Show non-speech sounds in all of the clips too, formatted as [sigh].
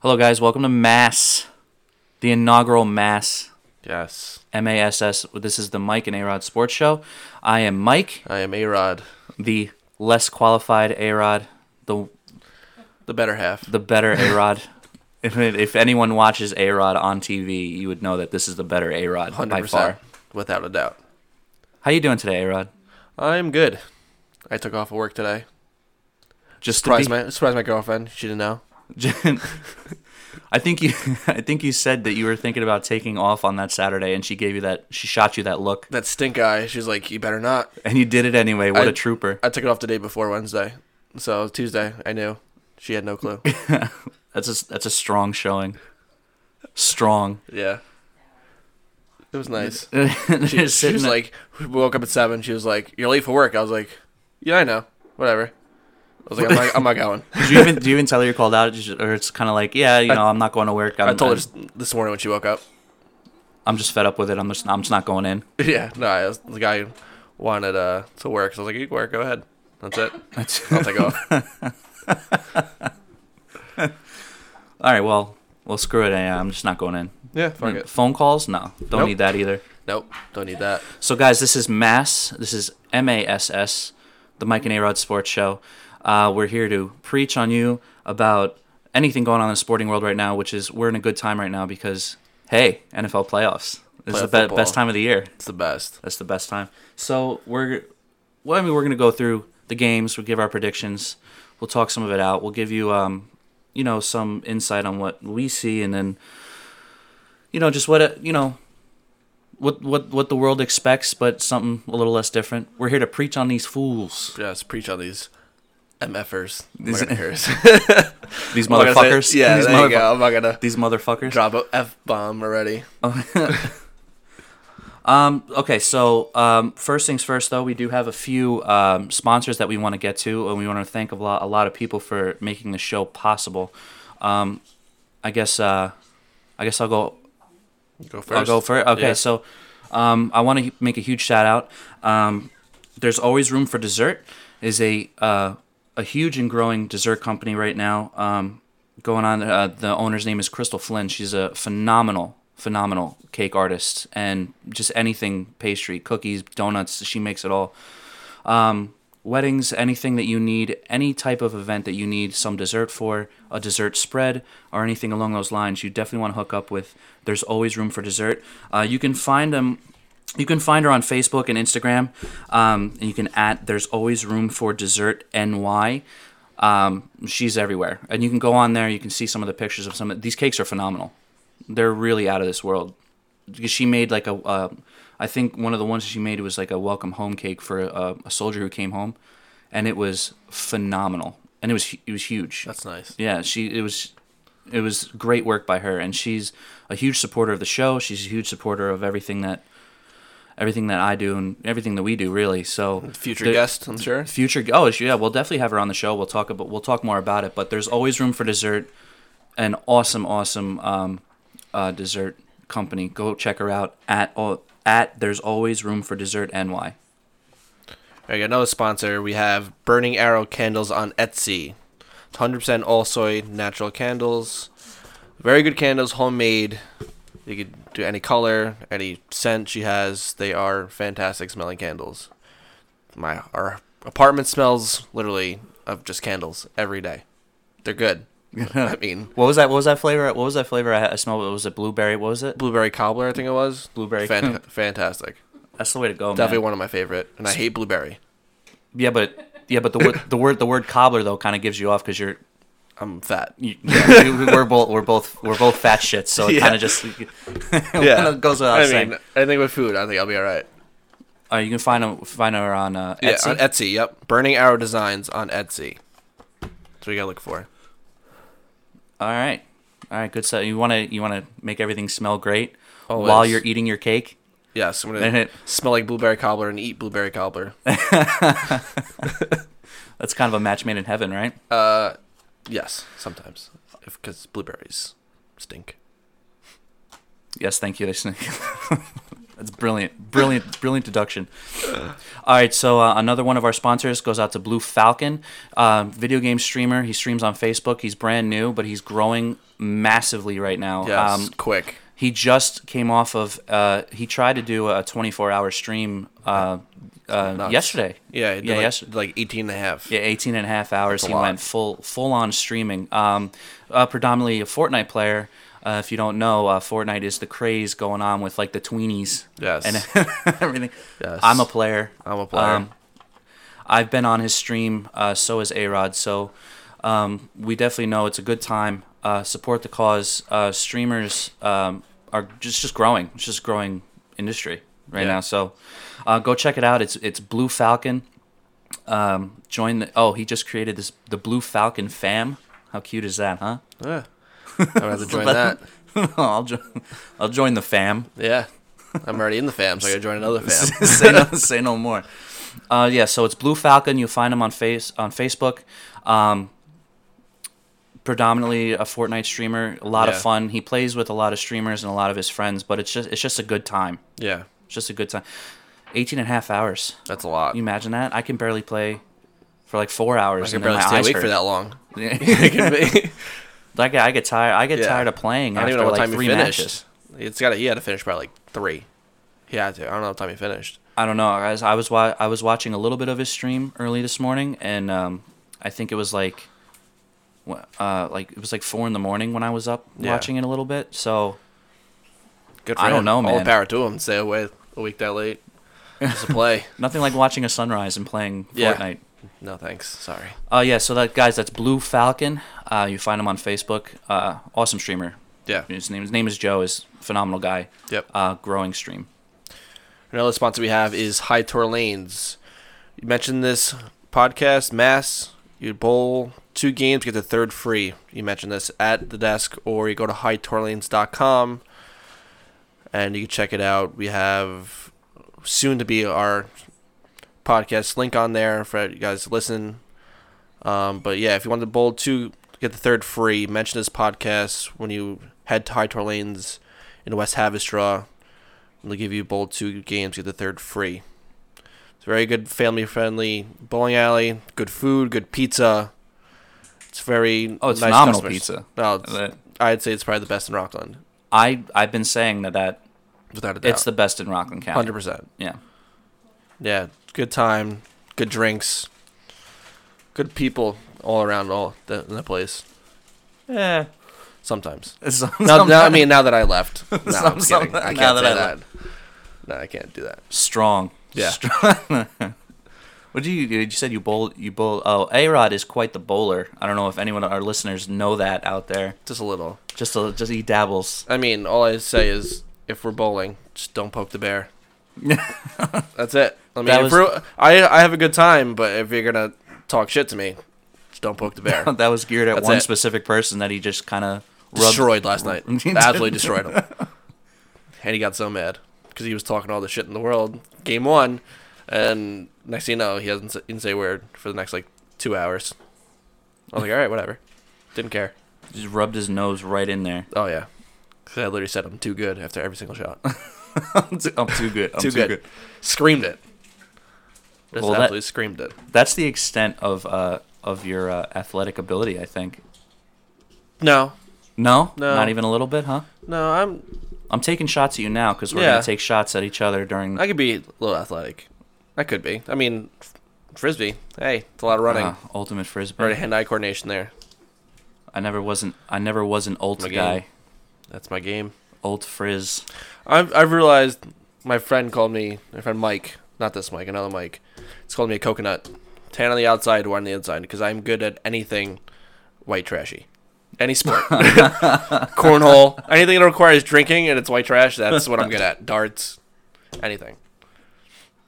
Hello, guys. Welcome to Mass, the inaugural Mass, Yes. M A S S. This is the Mike and A Rod Sports Show. I am Mike, I am A Rod, the less qualified A Rod, the the better half. the better A Rod. if, if anyone watches A Rod on TV, you would know that this is the better A Rod 100%. by far. Without a doubt. How you doing today, A Rod? I'm good. I took off of work today. Just to Surprised be- my, surprised my girlfriend. She didn't know. [laughs] I think you, [laughs] I think you said that you were thinking about taking off on that Saturday, and she gave you that, she shot you that look, That stink eye. She's like, you better not. and you did it anyway. What a I- trooper! I took it off the day before Wednesday. So Tuesday, I knew. She had [laughs] no clue. That's a that's a strong showing. Strong. [laughs] yeah. It was nice. She, she, she was like, we woke up at 7. She was like, you're late for work. I was like, yeah, I know. Whatever. I was like, I'm not, I'm not [laughs] going. "Do you even do you even tell her you're called out, Just- or it's kind of like, yeah, you know, I, am not going to work. I'm, I told her I'm, s- this morning when she woke up. I'm just fed up with it. I'm just I'm just not going in. [laughs] Yeah, no, I was, the guy wanted uh, to work, so I was like, "You can work, go ahead." That's it. [laughs] That's- I'll take off. All right, well, well, screw it. Yeah, I'm just not going in. yeah, fuck it. Phone calls? No, don't Nope. need that either. Mm. Nope, don't need that. So, guys, this is Mass. This is M A S S, the Mike and A Rod Sports Show. Uh, we're here to preach on you about anything going on in the sporting world right now, which is we're in a good time right now because, hey, NFL playoffs. This is the Playoff be- football. best time of the year. It's the best. That's the best time. So we're, well, I mean, we're gonna go through the games. We'll give our predictions. We'll talk some of it out. We'll give you, um, you know, some insight on what we see, and then, you know, just what it, you know, what what what the world expects, but something a little less different. We're here to preach on these fools, Yes, preach on these mfers. These- [laughs] These mfers. these I'm not gonna motherfuckers. Oh, say- yeah, these, there you motherfu- go. I'm not gonna these motherfuckers. drop a f bomb already. Um, okay, so um, first things first, though, we do have a few um, sponsors that we want to get to, and we want to thank a lot, a lot of people for making the show possible. Um, I guess, uh, I guess I'll go. Go 1st I'll go for it. Okay, Yeah. so um, I want to make a huge shout out. Um, There's always room for dessert. Is a uh, a huge and growing dessert company right now. Um, going on. Uh, the owner's name is Crystal Flynn. She's a phenomenal, phenomenal cake artist and just anything pastry, cookies, donuts. She makes it all. Um, weddings, anything that you need, any type of event that you need some dessert for, a dessert spread, or anything along those lines, you definitely want to hook up with. There's always room for dessert. Uh, you can find them. You can find her on Facebook and Instagram, um, and you can at There's Always Room for Dessert NY. Um, she's everywhere, and you can go on there. You can see some of the pictures of some. of These cakes are phenomenal. They're really out of this world because she made like a, uh, I think one of the ones she made was like a welcome home cake for a, a soldier who came home, and it was phenomenal, and it was hu- it was huge. That's nice. Yeah, she it was it was great work by her and she's a huge supporter of the show. She's a huge supporter of everything that everything that I do and everything that we do really. So Future there- guest, I'm sure. Future oh yeah, we'll definitely have her on the show. We'll talk about we'll talk more about it, but there's always room for dessert. An awesome awesome um, uh, dessert company. Go check her out at all at there's always room for dessert NY. There you go. Another sponsor. We have Burning Arrow Candles on Etsy. It's 100% all soy natural candles. Very good candles, homemade. You could do any color, any scent she has. They are fantastic smelling candles. My our apartment smells literally of just candles every day. They're good. I mean, What was that what was that flavor? What was that flavor I, had- I smelled? Was it blueberry? What was it? blueberry cobbler, I think it was. Blueberry. Fan- fantastic. That's the way to go, man. Definitely one of my favorite. And I hate blueberry. Yeah, but yeah, but the word the word the word cobbler though kind of gives you off because you're I'm fat. you, yeah, we- we're both we're both we're both fat shits, so it Yeah. kind of just yeah goes without I saying. mean, anything with food, I think I'll be all right. Uh, you can find her, find her on uh, Yeah, Etsy. on Etsy. Yep, Burning Arrow Designs on Etsy. That's what you gotta look for. All right, all right, good stuff. You want to you want to make everything smell great Always. while you're eating your cake. Yes, I'm And gonna it- smell like blueberry cobbler and eat blueberry cobbler. [laughs] That's kind of a match made in heaven, right? Uh, yes, sometimes, because blueberries stink. Yes, thank you. They sn- [laughs] That's brilliant, brilliant, brilliant deduction. All right, so uh, another one of our sponsors goes out to Blue Falcon, um, video game streamer. He streams on Facebook. He's brand new, but he's growing massively right now. Yes, Um, quick. he just came off of. Uh, he tried to do a 24-hour stream uh, uh, Nuts. yesterday. Yeah, yeah, yeah, like, yesterday. like 18 and a half. Yeah, 18 and a half hours. a he lot. went full full on streaming. Um, uh, predominantly a Fortnite player. Uh, if you don't know, uh, Fortnite is the craze going on with like the tweenies. Yes. And [laughs] everything. Yes. I'm a player. Um, I'm a player. I've been on his stream. Uh, so is A Rod. So um, we definitely know it's a good time. Uh, support the cause. Uh, streamers um, are just just growing. It's just growing industry right Yeah. now. So uh, go check it out. It's it's Blue Falcon um, join the. Oh, he just created this the Blue Falcon fam. How cute is that, huh? [laughs] yeah. I'd rather join that. I'll join. I'll join the fam. Yeah. I'm already in the fam, so I gotta join another [laughs] fam. say no. Say no more. Uh, yeah. So it's Blue Falcon. You'll find him on face on Facebook. Um, predominantly a Fortnite streamer. A lot of Yeah. fun. He plays with a lot of streamers and a lot of his friends. But it's just it's just a good time. Yeah, It's just a good time. 18 and a half hours. that's a lot. Can you imagine that? I can barely play for like four hours. I can and then barely my stay eyes awake hurt. for [laughs] that long. [laughs] Yeah. It can be. I get, I get tired. I get Yeah. tired of playing I after don't even know what like time three he finished. matches. It's got. He had to finish by like three. He had to. I don't know what time he finished. I don't know, guys. I was wa- I was watching a little bit of his stream early this morning, and um, I think it was like, wha- uh, like it was like four in the morning when I was up Yeah. watching it a little bit. So Good. For I don't him. know, All man. the power to him. Stay away a week that late. Just [laughs] to play. nothing like watching a sunrise and playing [laughs] Yeah. Fortnite. no thanks. Sorry. Oh yeah, so that guys, that's Blue Falcon. Uh, you find him on Facebook. Uh, awesome streamer. Yeah. His name his name is Joe. Is phenomenal guy. Yep. Uh, growing stream. Another sponsor we have is High Tour Lanes. You mentioned this podcast, Mass. You bowl two games, get the third free. You mentioned this at the desk, or you go to hightourlanes.com and you can check it out. We have soon to be our podcast link on there for you guys to listen. Um, but yeah, if you want to bowl two, get the third free. Mention this podcast when you head to High Tour Lanes in West Havistraw. They'll give you bowl two games, get the third free. It's a very good family friendly bowling alley. Good food, good pizza. It's very Oh, it's phenomenal customers. pizza. No, it's- That- I'd say it's probably the best in Rockland, I I've been saying that that without a doubt. it's the best in Rockland County. hundred percent. Yeah. Yeah, good time, good drinks, good people all around all the, in the place. Yeah. [laughs] Sometimes. Some, Now, now, I mean, now that I [laughs] left, no, I'm Some- kidding. I [laughs] some- can't now that say I that. No, I can't do that. strong. Yeah. Strong. [laughs] what do you do? You said you bowl. You bowl. Oh, A Rod is quite the bowler. I don't know if anyone of our listeners know that out there. Just a little. Just a, just he dabbles. [laughs] I mean, all I say is if we're bowling, just don't poke [laughs] the bear. That's it. I mean, That if was- we're, I I have a good time, but if you're gonna talk shit to me, just don't poke [laughs] the bear. that was geared at That's one it. specific person that he just kind of destroyed last night. [laughs] He did. Absolutely destroyed him. and he got so mad because he was talking all the shit in the world. Game one, and next thing you know, he hasn't s- didn't say a word for the next like two hours. I was like, all right, whatever. Didn't care. Just rubbed his nose right in [laughs] there. Oh yeah, 'Cause I literally said I'm too good after every [laughs] single shot. I'm too I'm too good. I'm too, good. Screamed it. Just Well, that- absolutely screamed it. That's the extent of uh of your uh, athletic ability, I think. No, No, No. not even a little bit, huh? no, I'm. I'm taking shots at you now because we're Yeah. gonna take shots at each other during. I could be a little athletic. I could be. I mean, f- frisbee. Hey, it's a lot of running. Uh, ultimate frisbee. Already hand-eye coordination there. I never wasn't. I never was an old My game. guy. That's my game. Old frizz. I've I've realized my friend called me my friend Mike, not this Mike, another Mike. He's called me a coconut, tan on the outside, white on the inside, because I'm good at anything white trashy, any sport, [laughs] cornhole, anything that requires drinking and it's white trash. That's what I'm good at. Darts, anything.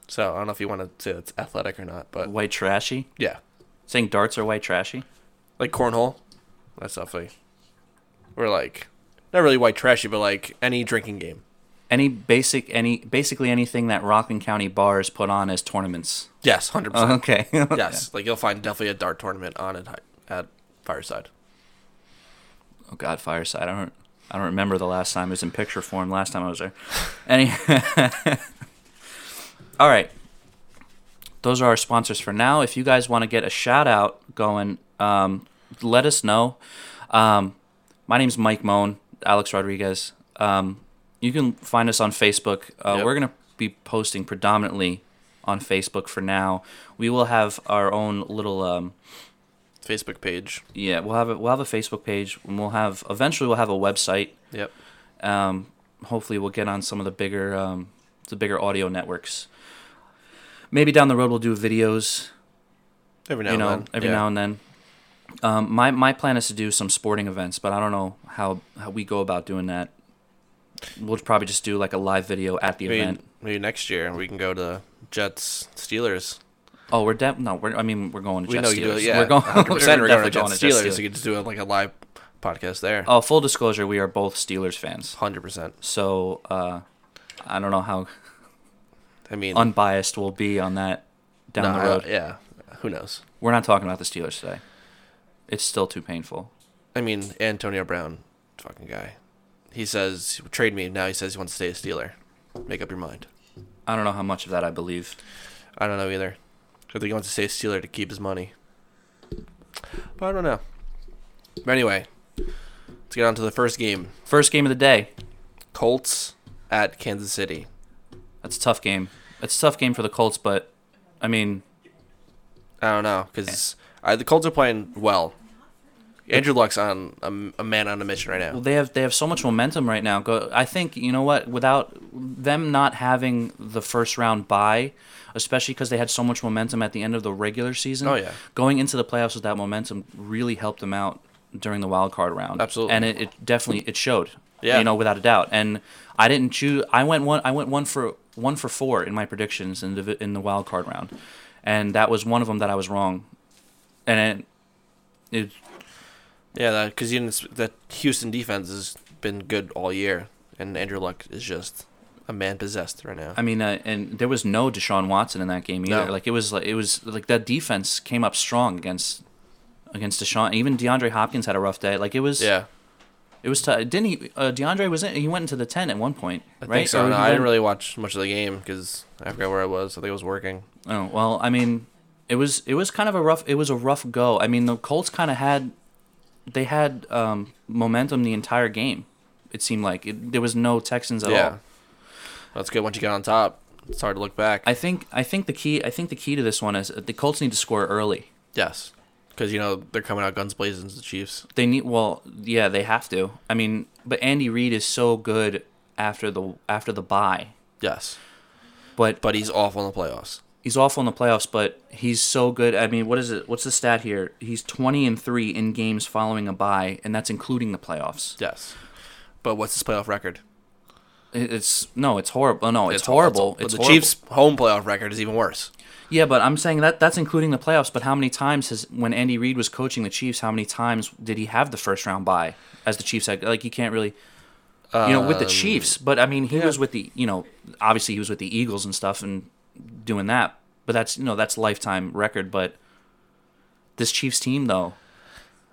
So I don't know if you want to say that's athletic or not, but White trashy. yeah, Saying darts are white trashy. like cornhole, that's definitely, or like not really white trashy, but like any drinking game. Any basic, any basically anything that Rockland County bars put on as tournaments. Yes, hundred percent. [laughs] Okay. Oh, Yes, like you'll find definitely a dart tournament on at, Hi- at Fireside. Oh God, Fireside. I don't. I don't remember the last time. It was in picture form last time I was there. Any. [laughs] All right. Those are our sponsors for now. If you guys want to get a shout out going, um, let us know. Um, my name's Mike Moan, Alex Rodriguez. Um, you can find us on Facebook. Uh, Yep. We're going to be posting predominantly on Facebook for now. We will have our own little. Um, Facebook page. yeah, we'll have a, we'll have a Facebook page, and we'll have eventually we'll have a website. Yep. Um, hopefully, we'll get on some of the bigger um, the bigger audio networks. Maybe down the road we'll do videos, Every now you and know, then. every Yeah. now and then. Um, my my plan is to do some sporting events, but I don't know how how we go about doing that. We'll probably just do like a live video at the Maybe, event. maybe next year we can go to Jets Steelers. Oh, we're de- no, we're I mean we're going to We Jets know Steelers. you do it. Yeah, we're [laughs] going. [laughs] 100% we're we're going to definitely Jets going to Jets Steelers. Steelers. You could just do like a live podcast there. Oh, full disclosure, we are both Steelers fans, Hundred percent. so uh, I don't know how I mean, unbiased we'll be on that down nah, uh, the road. Yeah. Who knows? We're not talking about the Steelers today. It's still too painful. I mean, Antonio Brown, fucking guy. He says trade me now. He says he wants to stay a Steeler. Make up your mind. I don't know how much of that I believe. I don't know either. I think he wants to stay a Steeler to keep his money. But I don't know. But anyway, let's get on to the first game. First game of the day. Colts at Kansas City. That's a tough game. It's a tough game for the Colts, but I mean, I don't know because the Colts are playing well. Andrew Luck's on a, a man on a mission right now. they have they have so much momentum right now. Go, I think you know what? Without them not having the first round bye, especially because they had so much momentum at the end of the regular season. Oh, yeah. going into the playoffs with that momentum really helped them out during the wild card round. Absolutely. and it, it definitely it showed. Yeah. you know without a doubt. And I didn't choose. I went one. I went one for one for four in my predictions in the in the wild card round, and that was one of them that I was wrong, and it. it Yeah, because you didn't, s- that Houston defense has been good all year, and Andrew Luck is just a man possessed right now. I mean, uh, and there was no Deshaun Watson in that game either. No. Like it was like it was like that defense came up strong against against Deshaun. Even DeAndre Hopkins had a rough day. Like it was yeah, it was tough. Didn't he? Uh, DeAndre was in. He went into the ten at one point, I right? think so. Or No, he I didn't went- really watch much of the game because I forgot where I was. I think I was working. Oh well, I mean, it was it was kind of a rough it was a rough go. I mean, the Colts kind of had they had um, momentum the entire game. It seemed like it, there was no Texans at all. yeah, that's good. Once you get on top, it's hard to look back. I think I think the key I think the key to this one is uh, the Colts need to score early. yes, because you know they're coming out guns blazing to the Chiefs. They need well, yeah, they have to. I mean, but Andy Reid is so good after the after the bye. Yes, But but he's awful in the playoffs. he's awful in the playoffs, but he's so good. I mean, what is it? What's the stat here? He's 20 and 3 in games following a bye, and that's including the playoffs. Yes, but what's his playoff record? It- It's no, it's horrible. No, it's, horrible. But it's the horrible. Chiefs' home playoff record is even worse. Yeah, but I'm saying that that's including the playoffs, but how many times has when Andy Reid was coaching the Chiefs, how many times did he have the first round bye as the Chiefs had like you can't really you know, Um, with the Chiefs, but I mean, he was with the, you know, obviously he was with the Eagles and stuff and doing that. But that's, you know, that's lifetime record. But this Chiefs team, though,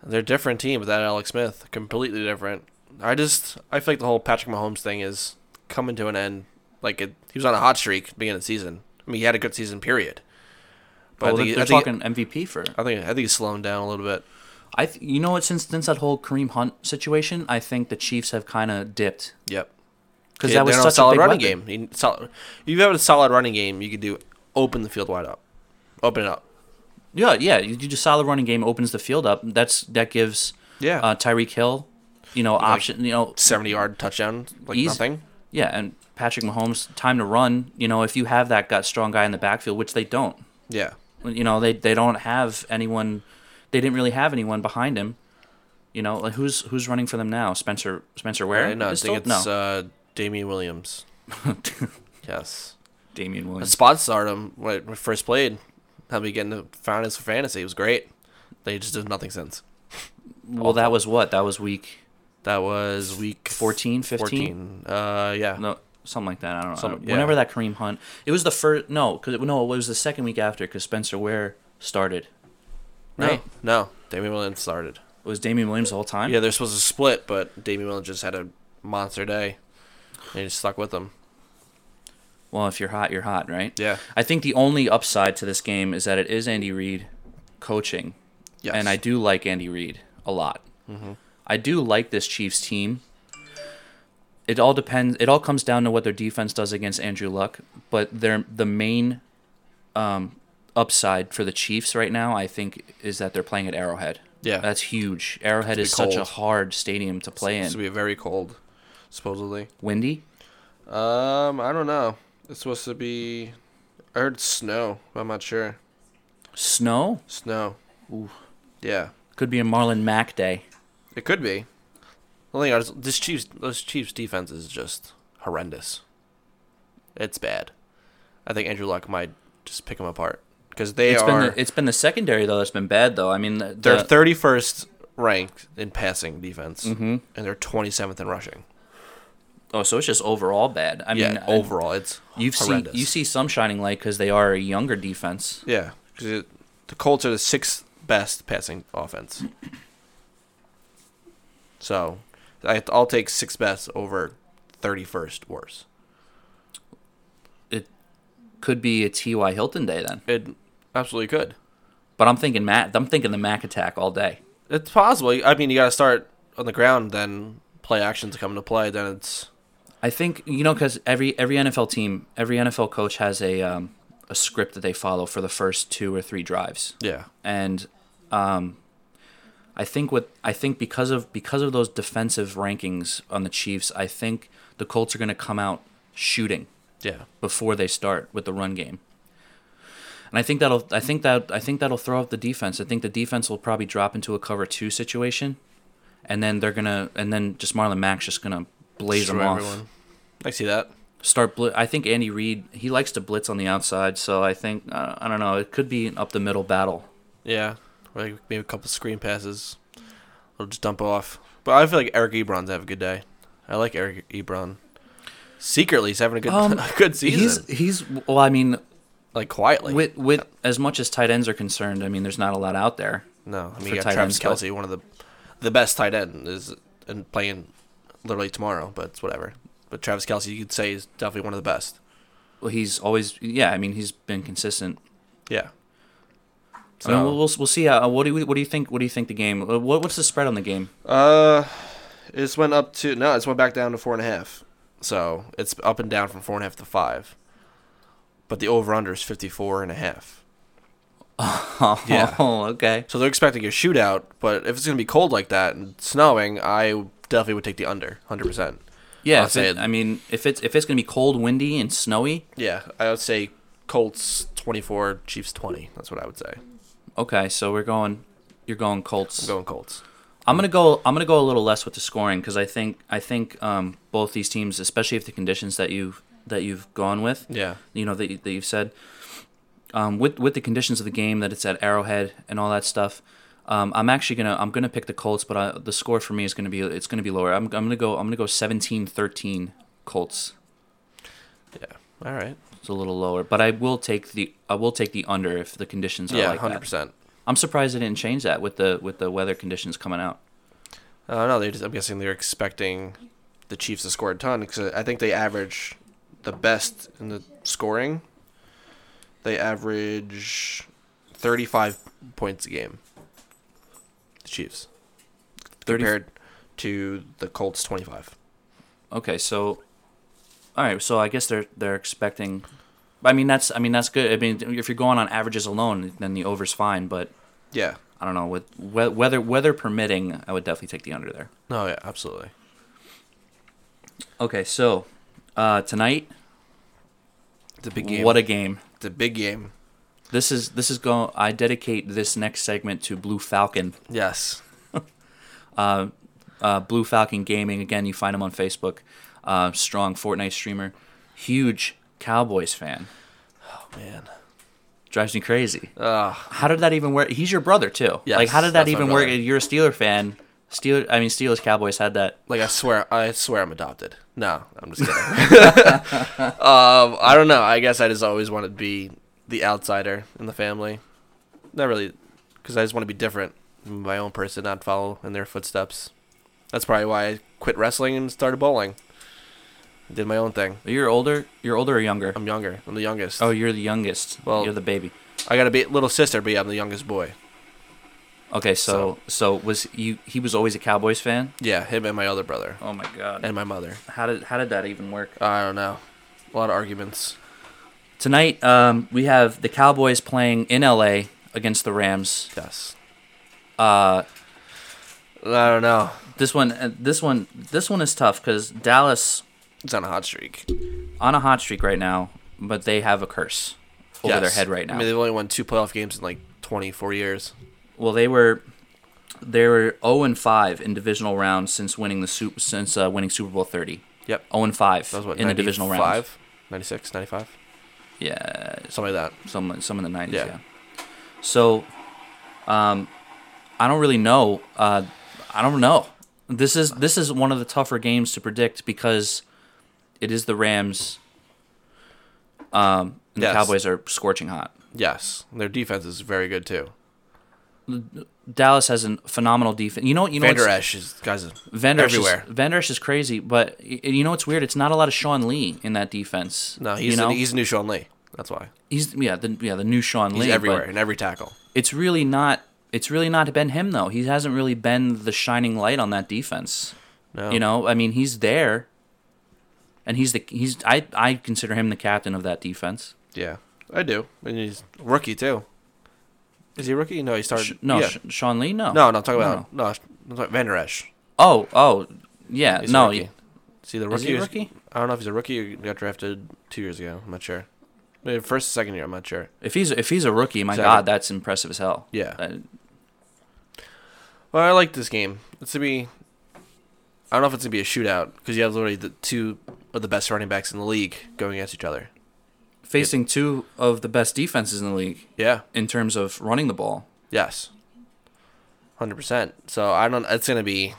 They're a different team without Alex Smith. Completely different. I just I feel like the whole Patrick Mahomes thing is coming to an end. Like it, he was on a hot streak at the beginning of the season. I mean, he had a good season period. But oh, I, they're, think, they're I, think, talking MVP for. I think I think he's slowing down a little bit. I, th- you know what? Since since that whole Kareem Hunt situation, I think the Chiefs have kind of dipped Yep. because Yeah, that was they're on such solid a big running weapon. game. You, need solid, if you have a solid running game, you could do open the field wide up, open it up. Yeah, yeah. You, you just solid running game opens the field up. That's that gives Yeah. uh, Tyreek Hill, you know, option. You know, Seventy yard touchdown, like Easy. nothing. yeah, and Patrick Mahomes time to run. You know, if you have that got strong guy in the backfield, which they don't. Yeah. you know they they don't have anyone they didn't really have anyone behind him you know like who's who's running for them now spencer spencer ware I, no, I Is think still- it's uh, Damian Williams. yes. [laughs] damian The williams spot stardom when I first played, how we getting the finals for fantasy it was great. They just did nothing since. well that was what that was week That was week 14 15 14. Uh, yeah. no something like that i don't know Something- whenever yeah. that kareem hunt it was the first no because no it was the second week after because spencer ware started no, right no. Damian Williams started. was Damian Williams the whole time. Yeah, they're supposed to split, but Damian Williams just had a monster day, and he stuck with them. Well, if you're hot, you're hot, right? Yeah. I think the only upside to this game is that it is Andy Reid coaching, Yes. Mm-hmm. and I do like Andy Reid a lot. I do like this Chiefs team. It all depends. It all comes down to what their defense does against Andrew Luck, but their the main um, upside for the Chiefs right now, I think, is that they're playing at Arrowhead. Yeah. that's huge. Arrowhead It's is gonna be such a cold. hard stadium to play It's in. gonna be very cold, supposedly. Windy. Um, I don't know. It's supposed to be. I heard snow. But I'm not sure. Snow Snow. Ooh. Yeah, could be a Marlon Mack day. it could be. The only thing is, this Chiefs, those Chiefs defense is just horrendous. It's bad. I think Andrew Luck might just pick them apart because they It's are. been the, it's been the secondary though that's been bad though. I mean, the, They're the- thirty first ranked in passing defense, Mm-hmm. and they're twenty seventh in rushing. oh, so it's just overall bad. I yeah, mean, I- overall, it's You've seen horrendous. you see some shining light because they are a younger defense. yeah, because the Colts are the sixth best passing offense. So, I, I'll take sixth best over thirty first worst. It could be a T.Y. Hilton day then, It absolutely could. but I'm thinking Matt. I'm thinking the Mac attack all day. It's possible. I mean, you got to start on the ground, then play actions come into play. Then it's I think you know because every every NFL team, every NFL coach has a um, a script that they follow for the first two or three drives, yeah, and um, I think with I think because of because of those defensive rankings on the Chiefs, I think the Colts are going to come out shooting. yeah. before they start with the run game. And I think that'll I think that I think that'll throw up the defense. I think the defense will probably drop into a cover two situation, and then they're gonna and then just Marlon Mack's just gonna blaze them Destroy off. everyone. I see that. Start. Bl- I think Andy Reid he likes to blitz on the outside, so I think uh, I don't know. It could be an up the middle battle. Yeah, or like maybe a couple screen passes. I'll just dump off. But I feel like Eric Ebron's have a good day. I like Eric Ebron. Secretly, he's having a good Um, [laughs] a good season. He's he's well. I mean, Like quietly. with with as much as tight ends are concerned, I mean, there's not a lot out there. no, for I mean you got tight Travis ends, but- Kelsey, one of the the best tight end is and playing literally tomorrow. But it's whatever. But Travis Kelsey, you could say, is definitely one of the best. Well, he's always yeah. I mean, he's been consistent. Yeah. I mean, we'll, So we'll we'll see. How, uh, what do we, what do you think? What do you think the game? uh, What what's the spread on the [laughs] game? uh, it just went up to no, it's went back down to four and a half. So it's up and down from four and a half to five. But the over under is fifty four and a half. Oh, Yeah. [laughs] okay. So they're expecting a shootout, but if it's going to be cold like that and snowing, I definitely would take the under, 100%. Yeah, I'll if say it, it. I mean, if it's if it's gonna be cold, windy, and snowy, Yeah, I would say Colts 24, Chiefs 20. That's what I would say. okay. So we're going. You're going Colts. I'm going Colts. I'm gonna go. I'm gonna go a little less with the scoring because I think I think um, both these teams, especially if the conditions that you have that you've gone with, Yeah. you know that, you- that you've said um, with with the conditions of the game that it's at Arrowhead and all that stuff. Um, I'm actually gonna I'm gonna pick the Colts, but I, the score for me is gonna be it's gonna be lower. I'm, I'm gonna go I'm gonna go 17-13 Colts. Yeah. All right. It's a little lower, but I will take the I will take the under if the conditions are Yeah, like that. 100%. I'm surprised they didn't change that with the with the weather conditions coming out. Uh, no, they just, I'm guessing they're expecting the Chiefs to score a ton because I think they average the best in the scoring. They average 35 points a game. The Chiefs. 30 compared to the Colts 25. Okay, so all right, so I guess they're they're expecting. I mean that's I mean that's good. I mean if you're going on averages alone, then the over's fine. But Yeah. I don't know with we- weather weather permitting, I would definitely take the under there. No, yeah, absolutely. Okay, so uh, tonight, It's a big game. what a game! it's a big game. This is this is going. I dedicate this next segment to Blue Falcon. Yes. uh, Blue Falcon Gaming. Again, you find him on Facebook. Uh, strong Fortnite streamer, huge Cowboys fan. Man. Drives me crazy. Uh, How did that even work? He's your brother too. Yes, like, how did that that's my even work? brother. You're a Steeler fan. Steeler. I mean, Steelers Cowboys had that. like I swear, I swear I'm adopted. No, I'm just kidding. [laughs] um, I don't know. I guess I just always wanted to be the outsider in the family. Not really, because I just want to be different. my own person not follow in their footsteps. That's probably why I quit wrestling and started bowling. Did my own thing. You're older. You're older or younger? I'm younger. I'm the youngest. Oh, you're the youngest. Well- Well, you're the baby. I got a ba- little sister, but yeah, I'm the youngest boy. Okay, so so was you? He was always a Cowboys fan. Yeah, him and my other brother Oh my god. and my mother. How did how did that even work? I don't know. A lot of arguments. Tonight, um, we have the Cowboys playing in LA against the Rams. Yes. Uh, I don't know. this one, uh, this one, this one is tough because Dallas It's on a hot streak. on a hot streak right now, but they have a curse over their head right now. I mean, they've only won two playoff games in like 24 years. well, they were they were zero and five in divisional rounds since winning the Sup- since uh, winning Super Bowl thirty. Yep. Zero and five That was what, in the divisional round. 95? 96, 95? Yeah, Something like that. some some in the nineties. Yeah. Yeah. So, um, I don't really know. Uh, I don't know. This is this is one of the tougher games to predict because it is the Rams. Um, and Yes. the Cowboys are scorching hot. Yes. Their defense is very good too. Dallas has a phenomenal defense. You know, you know, Vander what's- Esch is guys is Van Der Esch everywhere. Is, Van Der Esch is crazy, but y- you know what's weird? It's not a lot of Sean Lee in that defense. No, he's you know? the, he's the new Sean Lee. That's why he's yeah, the, yeah, the new Sean Lee. he's but- everywhere in every tackle. it's really not it's really not been him though. He hasn't really been the shining light on that defense. No. You know, I mean, he's there, and he's the he's I I consider him the captain of that defense. Yeah, I do. And he's a rookie too. Is he a rookie? No, he started. Sh- no, yeah. Sh- Sean Lee, no, no, no. I'm talking No. about no. no I'm talking Vander Esch. Oh, oh, yeah, He's no, a rookie. y- See the is rookie. he a or- rookie? I don't know if he's a rookie. or got drafted two years ago. I'm not sure. Maybe first, second year. I'm not sure. If he's if he's a rookie, my Second. God, that's impressive as hell. Yeah. Uh, Well, I like this game. It's to be. I don't know if it's gonna be a shootout because you have literally the two of the best running backs in the league going against each other. facing two of the best defenses in the league Yeah. in terms of running the ball. Yes. Hundred percent. So I don't. It's gonna be.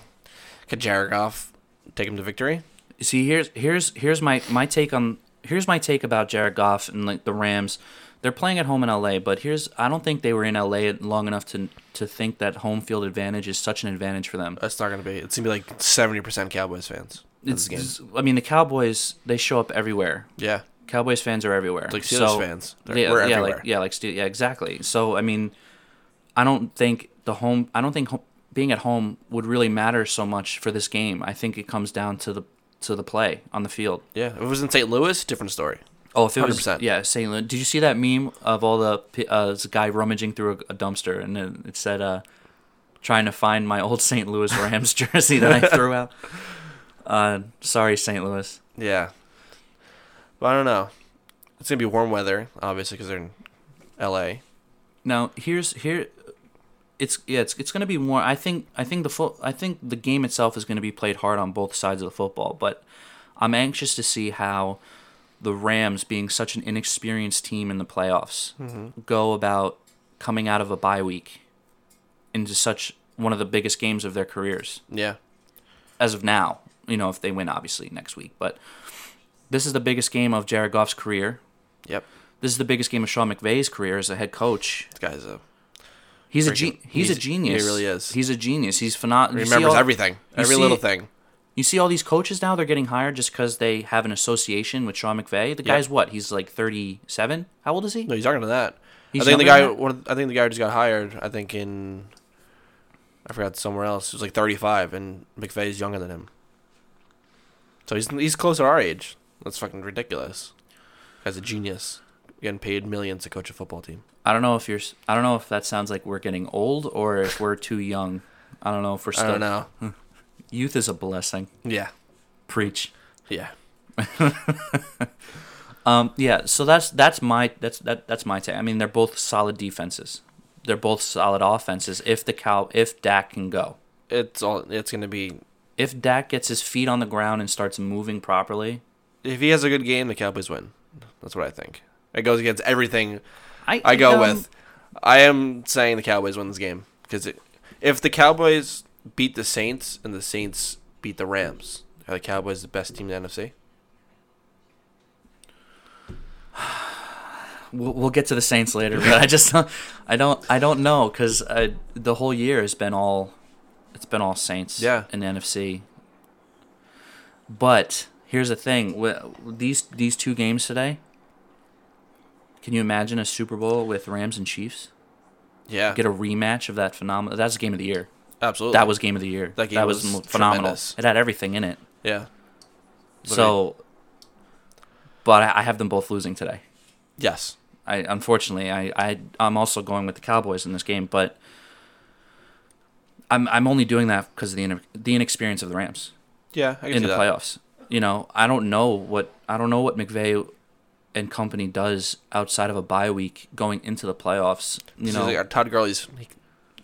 Could Jarogoff take him to victory? see here's here's here's my my take on here's my take about Jared Goff and like the Rams. They're playing at home in LA, but here's I don't think they were in LA long enough to to think that home field advantage is such an advantage for them. That's not gonna be. It's gonna be like seventy percent Cowboys fans. in It's, it's- I mean the Cowboys they show up everywhere. Yeah. Cowboys fans are everywhere. Like Steelers So- fans. They're- Yeah, we're yeah, everywhere. like yeah, like Ste- yeah, exactly. So I mean, I don't think the home. I don't think ho- being at home would really matter so much for this game. I think it comes down to the to the play on the field. Yeah. If it was in St. Louis, different story. Oh, if it was 100%. yeah, St. Louis. Did you see that meme of all the p- uh, this guy rummaging through a, a dumpster and then it said, uh, "Trying to find my old St. Louis Rams jersey that I [laughs] threw out." Uh, sorry, St. Louis. Yeah. But I don't know. It's gonna be warm weather, obviously, because they're in L.A. Now here's here, it's yeah, it's it's gonna be more. I think I think the fo- I think the game itself is gonna be played hard on both sides of the football, but I'm anxious to see how the Rams, being such an inexperienced team in the playoffs, go about coming out of a bye week into such one of the biggest games of their careers Yeah. as of now. You know, if they win, obviously next week, but this is the biggest game of Jared Goff's career. Yep. This is the biggest game of Sean McVay's career as a head coach. This guy's a He's a Freaking- gen- he's, he's- a genius. he really is. He's a genius. He's phenomenal. remembers everything, every see- little thing. You see all these coaches now; they're getting hired just because they have an association with Sean McVay. The guy's what? He's like thirty-seven. How old is he? No, he's talking to that. He's I think the guy. younger than One. of- I think the guy who just got hired. I think in. I forgot somewhere else. He was like 35, and McVeigh's younger than him. So he's he's close to our age. That's fucking ridiculous. Guy's a genius. Getting paid millions to coach a football team. I don't know if you're. s- I don't know if that sounds like we're getting old or if we're too young. I don't know if we're I still. don't know. Youth is a blessing. Yeah. Preach. Yeah. Um, yeah, so that's that's my that's that that's my take. I mean, they're both solid defenses. They're both solid offenses. If the cow, if Dak can go, It's all. It's gonna be. if Dak gets his feet on the ground and starts moving properly, If he has a good game, the Cowboys win. That's what I think. It goes against everything I, I go um, with. I am saying the Cowboys win this game because if the Cowboys beat the Saints and the Saints beat the Rams, are the Cowboys the best team in the NFC? we'll, we'll get to the Saints later, but I just I don't I don't know because the whole year has been all it's been all Saints Yeah. in the NFC. But here's the thing: wi- these these two games today. Can you imagine a Super Bowl with Rams and Chiefs? Yeah, Get a rematch of that phenomenal. That's game of the year. absolutely. That was game of the year. That game was mo- phenomenal. tremendous. It had everything in it. yeah, So, but I, I have them both losing today. yes, I unfortunately I, I I'm also going with the Cowboys in this game, but I'm I'm only doing that because of the in, the inexperience of the Rams yeah. I can in see the that. playoffs. You know, I don't know what I don't know what McVay and company does outside of a bye week going into the playoffs. You Seems know, like our Todd Gurley's he-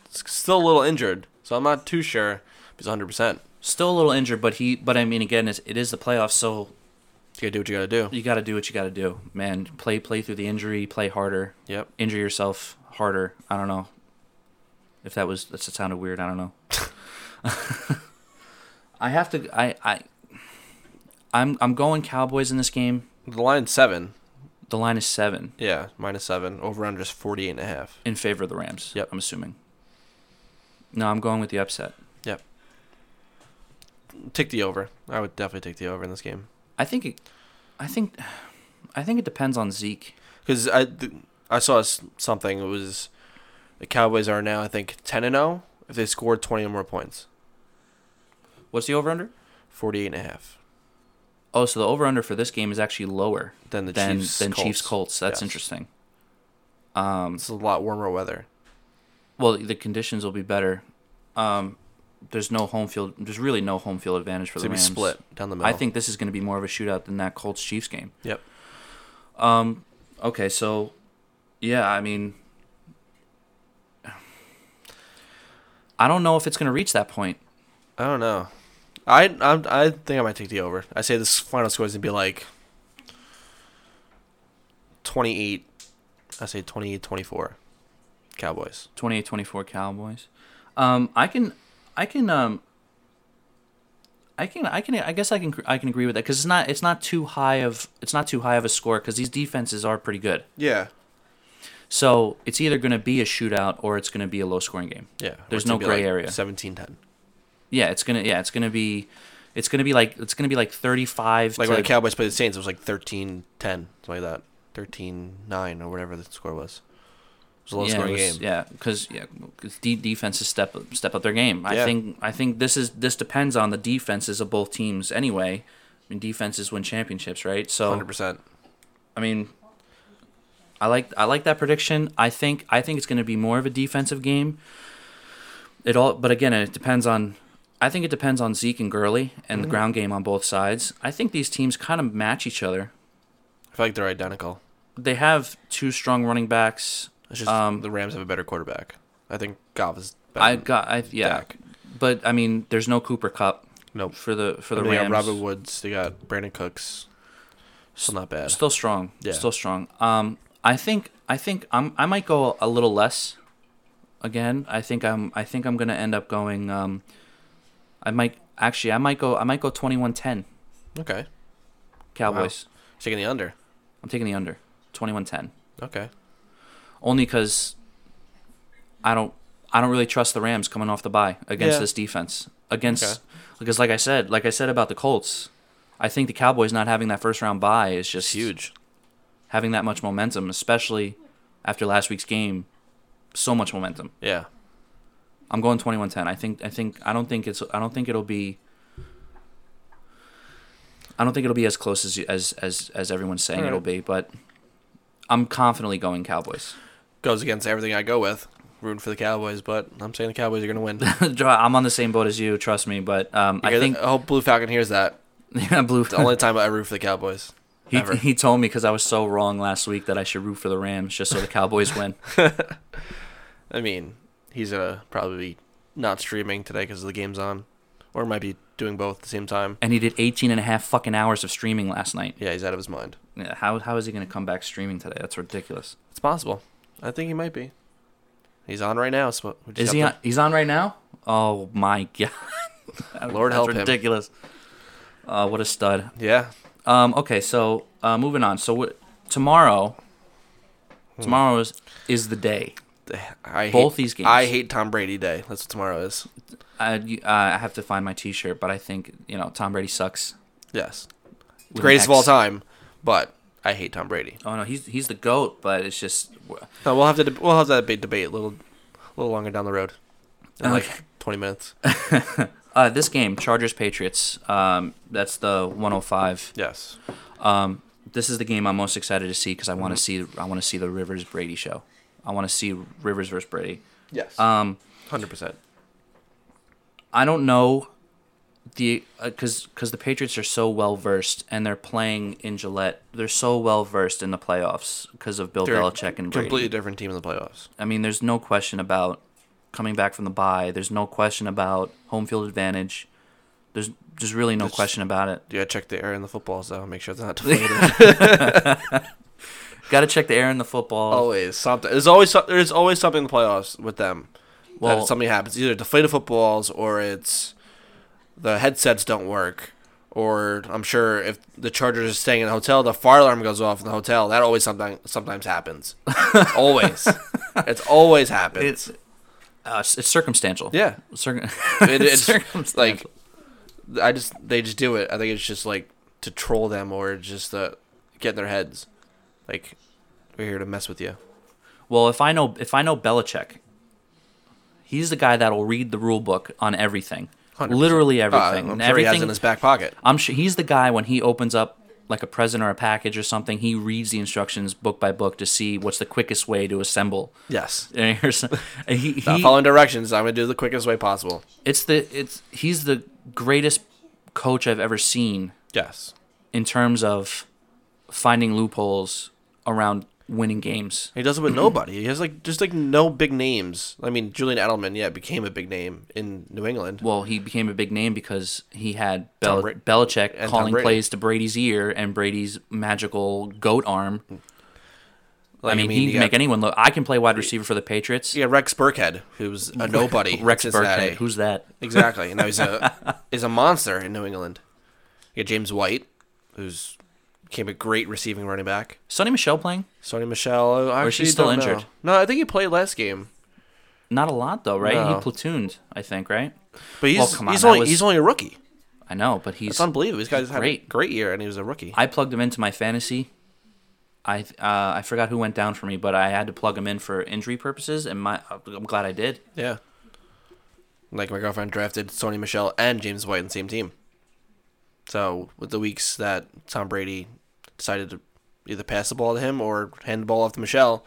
still a little injured, so I'm not too sure if he's 100. percent still a little injured, but he but I mean again, it's, it is the playoffs, so You gotta do what you gotta do. you got to do what you got to do, man. Play play through the injury, play harder, Yep. injure yourself harder. I don't know if that was that sounded weird. I don't know. [laughs] I have to. I I. I'm I'm going Cowboys in this game. The line's seven. The line is seven Yeah, minus seven. Over under is 48 and a half. in favor of the Rams. Yep. I'm assuming. No, I'm going with the upset. Take the over. I would definitely take the over in this game I think. It, I think. I think it depends on Zeke. because I th- I saw s- something. It was the Cowboys are now I think 10 and 0 if they scored 20 or more points. What's the over under? 48 and a half. Oh, so the over under for this game is actually lower Then the than Chiefs. than Chiefs Colts. That's Yes. interesting. Um, It's a lot warmer weather. Well, the conditions will be better. Um, there's no home field. There's really no home field advantage for It's the gonna be Rams. split down the middle. I think this is going to be more of a shootout than that Colts Chiefs game. Yep. Um, okay, so yeah, I mean, I don't know if it's going to reach that point. I don't know. I I'm, I think I might take the over. I say this final score is gonna be like 28. I say 28-24. Cowboys. 28-24 Cowboys. Um, I can, I can, um, I can, I can, I guess I can, I can agree with that because it's not, it's not too high of, it's not too high of a score because these defenses are pretty good. Yeah. So it's either going to be a shootout or it's going to be a low scoring game. Yeah. There's It's no gonna be gray area. 17-10. Yeah, it's gonna yeah, it's gonna be, it's gonna be like it's gonna be like thirty five. Like to, when the Cowboys played the Saints, it was like 13-10, something like that. 13-9 or whatever the score was. It was a low yeah, scoring it was- game. Yeah, because yeah, 'cause de- defenses step up- step up their game. I Yeah. think I think this is this depends on the defenses of both teams anyway. I mean, defenses win championships, right? So 100%. I mean, I like I like that prediction. I think I think it's going to be more of a defensive game. It all, but again, it depends on. I think it depends on Zeke and Gurley and the Mm-hmm. ground game on both sides. I think these teams kind of match each other. I feel like they're identical. They have two strong running backs. It's just Um, the Rams have a better quarterback. I think Goff is better. I got, I yeah, Dak. but I mean, there's no Cooper Cup nope. for the for the I mean, Rams. They got Robert Woods. They got Brandon Cooks. Still not bad. Still strong. Yeah. Still strong. Um, I think I think I'm I might go a little less. Again, I think I'm I think I'm gonna end up going. Um, I might actually I might go I might go 21-10 Okay. Cowboys. Taking the under. I'm taking the under 21-10 Okay. only because I don't I don't really trust the Rams coming off the bye against Yeah. this defense against Okay. because like I said like I said about the Colts. I think the Cowboys not having that first round bye is just It's huge. having that much momentum, especially after last week's game, so much momentum. Yeah. I'm going 21-10. I think I think I don't think it's I don't think it'll be I don't think it'll be as close as you- as as as everyone's saying All right. it'll be, but I'm confidently going Cowboys. [laughs] Goes against everything I go with. Rooting for the Cowboys, but I'm saying the Cowboys are going to [laughs] win. I'm on the same boat as you, trust me, but um, I You're the- think I hope Blue Falcon hears that. [laughs] yeah, Blue It's the only time I root for the Cowboys. he, ever. he told me cuz I was so wrong last week that I should root for the Rams just so the Cowboys [laughs] win. I mean, he's gonna probably be not streaming today because the game's on, or might be doing both at the same time. And he did 18 and a half fucking hours of streaming last night. Yeah, he's out of his mind. Yeah, How how is he going to come back streaming today? That's ridiculous. It's possible. I think he might be. He's on right now. So we just Is have he? to- On, he's on right now. Oh my [laughs] god! Lord That's help him. ridiculous. Uh, what a stud. Yeah. Um, okay, so uh, moving on. So what, tomorrow, Hmm. Tomorrow is is the day. I hate, Both these games. I hate Tom Brady Day. That's what tomorrow is. I you- uh, I have to find my T-shirt, but I think you know Tom Brady sucks. Yes, with an greatest of all X. time. But I hate Tom Brady. Oh no, he's he's the goat, but it's just No, we'll have to deb- we'll have that big debate a little, a little longer down the road, in like twenty minutes. uh, this game Chargers Patriots. Um, that's the 105. Yes. Um, this is the game I'm most excited to see because I want to see Mm-hmm. I want to see the Rivers Brady show. I want to see Rivers versus Brady. Yes. Um, Hundred percent. I don't know the because because the Patriots are so well versed and they're playing in Gillette. They're so well versed in the playoffs because of Bill They're a Belichick and Brady. Completely different team in the playoffs. I mean, there's no question about coming back from the bye. There's no question about home field advantage. There's just really no There's- question about [laughs] it. You gotta check the air in the footballs though. Make sure it's not deflated. [laughs] Got to check the air in the football. always something. There's always so- there's always something in the playoffs with them. Well, Well- something happens. Either deflated footballs or it's the headsets don't work. Or I'm sure if the Chargers are staying in a hotel, the fire alarm goes off in the hotel. That always something sometimes happens. always, it's always happens. it's uh, it's it's circumstantial. yeah, Cir- [laughs] It- [laughs] it's circumstantial. like I just they just do it. I think it's just like to troll them or just to get in their heads. Like we're here to mess with you. Well, if I know if I know Belichick, he's the guy that'll read the rule book on everything, 100%. literally Uh, everything. I'm sure he everything. has it in his back pocket. I'm sure he's the guy when he opens up like a present or a package or something. He reads the instructions book by book to see what's the quickest way to assemble. [laughs] Yes. And here's- and he- Not he- following Uh, directions. I'm gonna do it the quickest way possible. it's the it's he's the greatest coach I've ever seen Yes. in terms of finding loopholes around winning games. He does it with nobody. He has like just like no big names. I mean, Julian Edelman, yeah, became a big name in New England. Well, he became a big name because he had Bel- Tom Bra- Belichick and Tom calling Brady. plays to Brady's ear and Brady's magical goat arm. Like, I mean, he you can make got- anyone look. I can play wide receiver for the Patriots. you got Rex Burkhead, who's [laughs] a nobody. in Rex Cincinnati. Burkhead. Who's that? exactly. And now he's a [laughs] is a monster in New England. You got James White, who's became a great receiving running back. Sonny Michelle playing? Sonny Michelle. I is he actually still don't know. injured? No, I think he played last game. Not a lot though, right? No. He platooned, I think, right? But he's Well, come on, he's that only was- he's only a rookie. I know, but he's It's unbelievable. This guy's had a great. great year, and he was a rookie. I plugged him into my fantasy. I uh, I forgot who went down for me, but I had to plug him in for injury purposes, and my uh, I'm glad I did. Yeah. Like my girlfriend drafted Sony Michelle and James White in the same team. So with the weeks that Tom Brady decided to either pass the ball to him or hand the ball off to Michelle,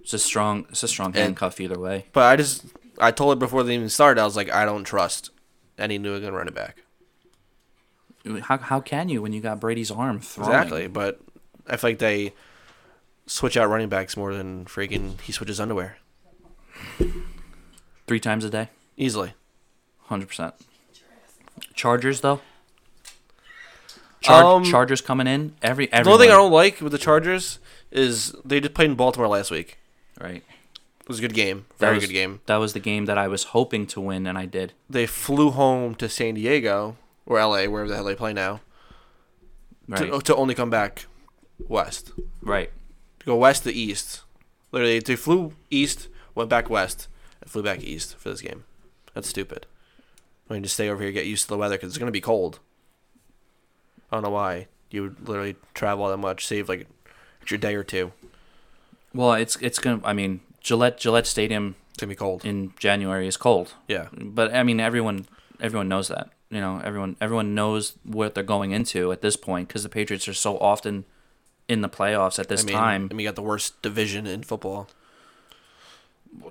It's a strong it's a strong handcuff either way. but I just I told her before they even started, I was like, I don't trust any New England running back. How, how can you when you got Brady's arm throwing? Exactly, but I feel like they switch out running backs more than freaking he switches underwear three times a day, easily. hundred percent. Chargers though. Char- Um, Chargers coming in every The every only thing I don't like with the Chargers is they just played in Baltimore last week. right. It was a good game, That very was- good game. That was the game that I was hoping to win, and I did. they flew home to San Diego or LA, wherever the hell they play now, Right, to, to only come back west. right. To go west to east. Literally, they flew east, went back west, and flew back east for this game. That's stupid. I mean, just stay over here, get used to the weather because it's going to be cold. I don't know why you would literally travel that much, save like your day or two. Well, it's it's gonna. I mean, Gillette Gillette Stadium It's going to be cold. in January is cold. Yeah. but I mean everyone everyone knows that you know everyone everyone knows what they're going into at this point because the Patriots are so often in the playoffs at this I mean, time. I mean, you got the worst division in football.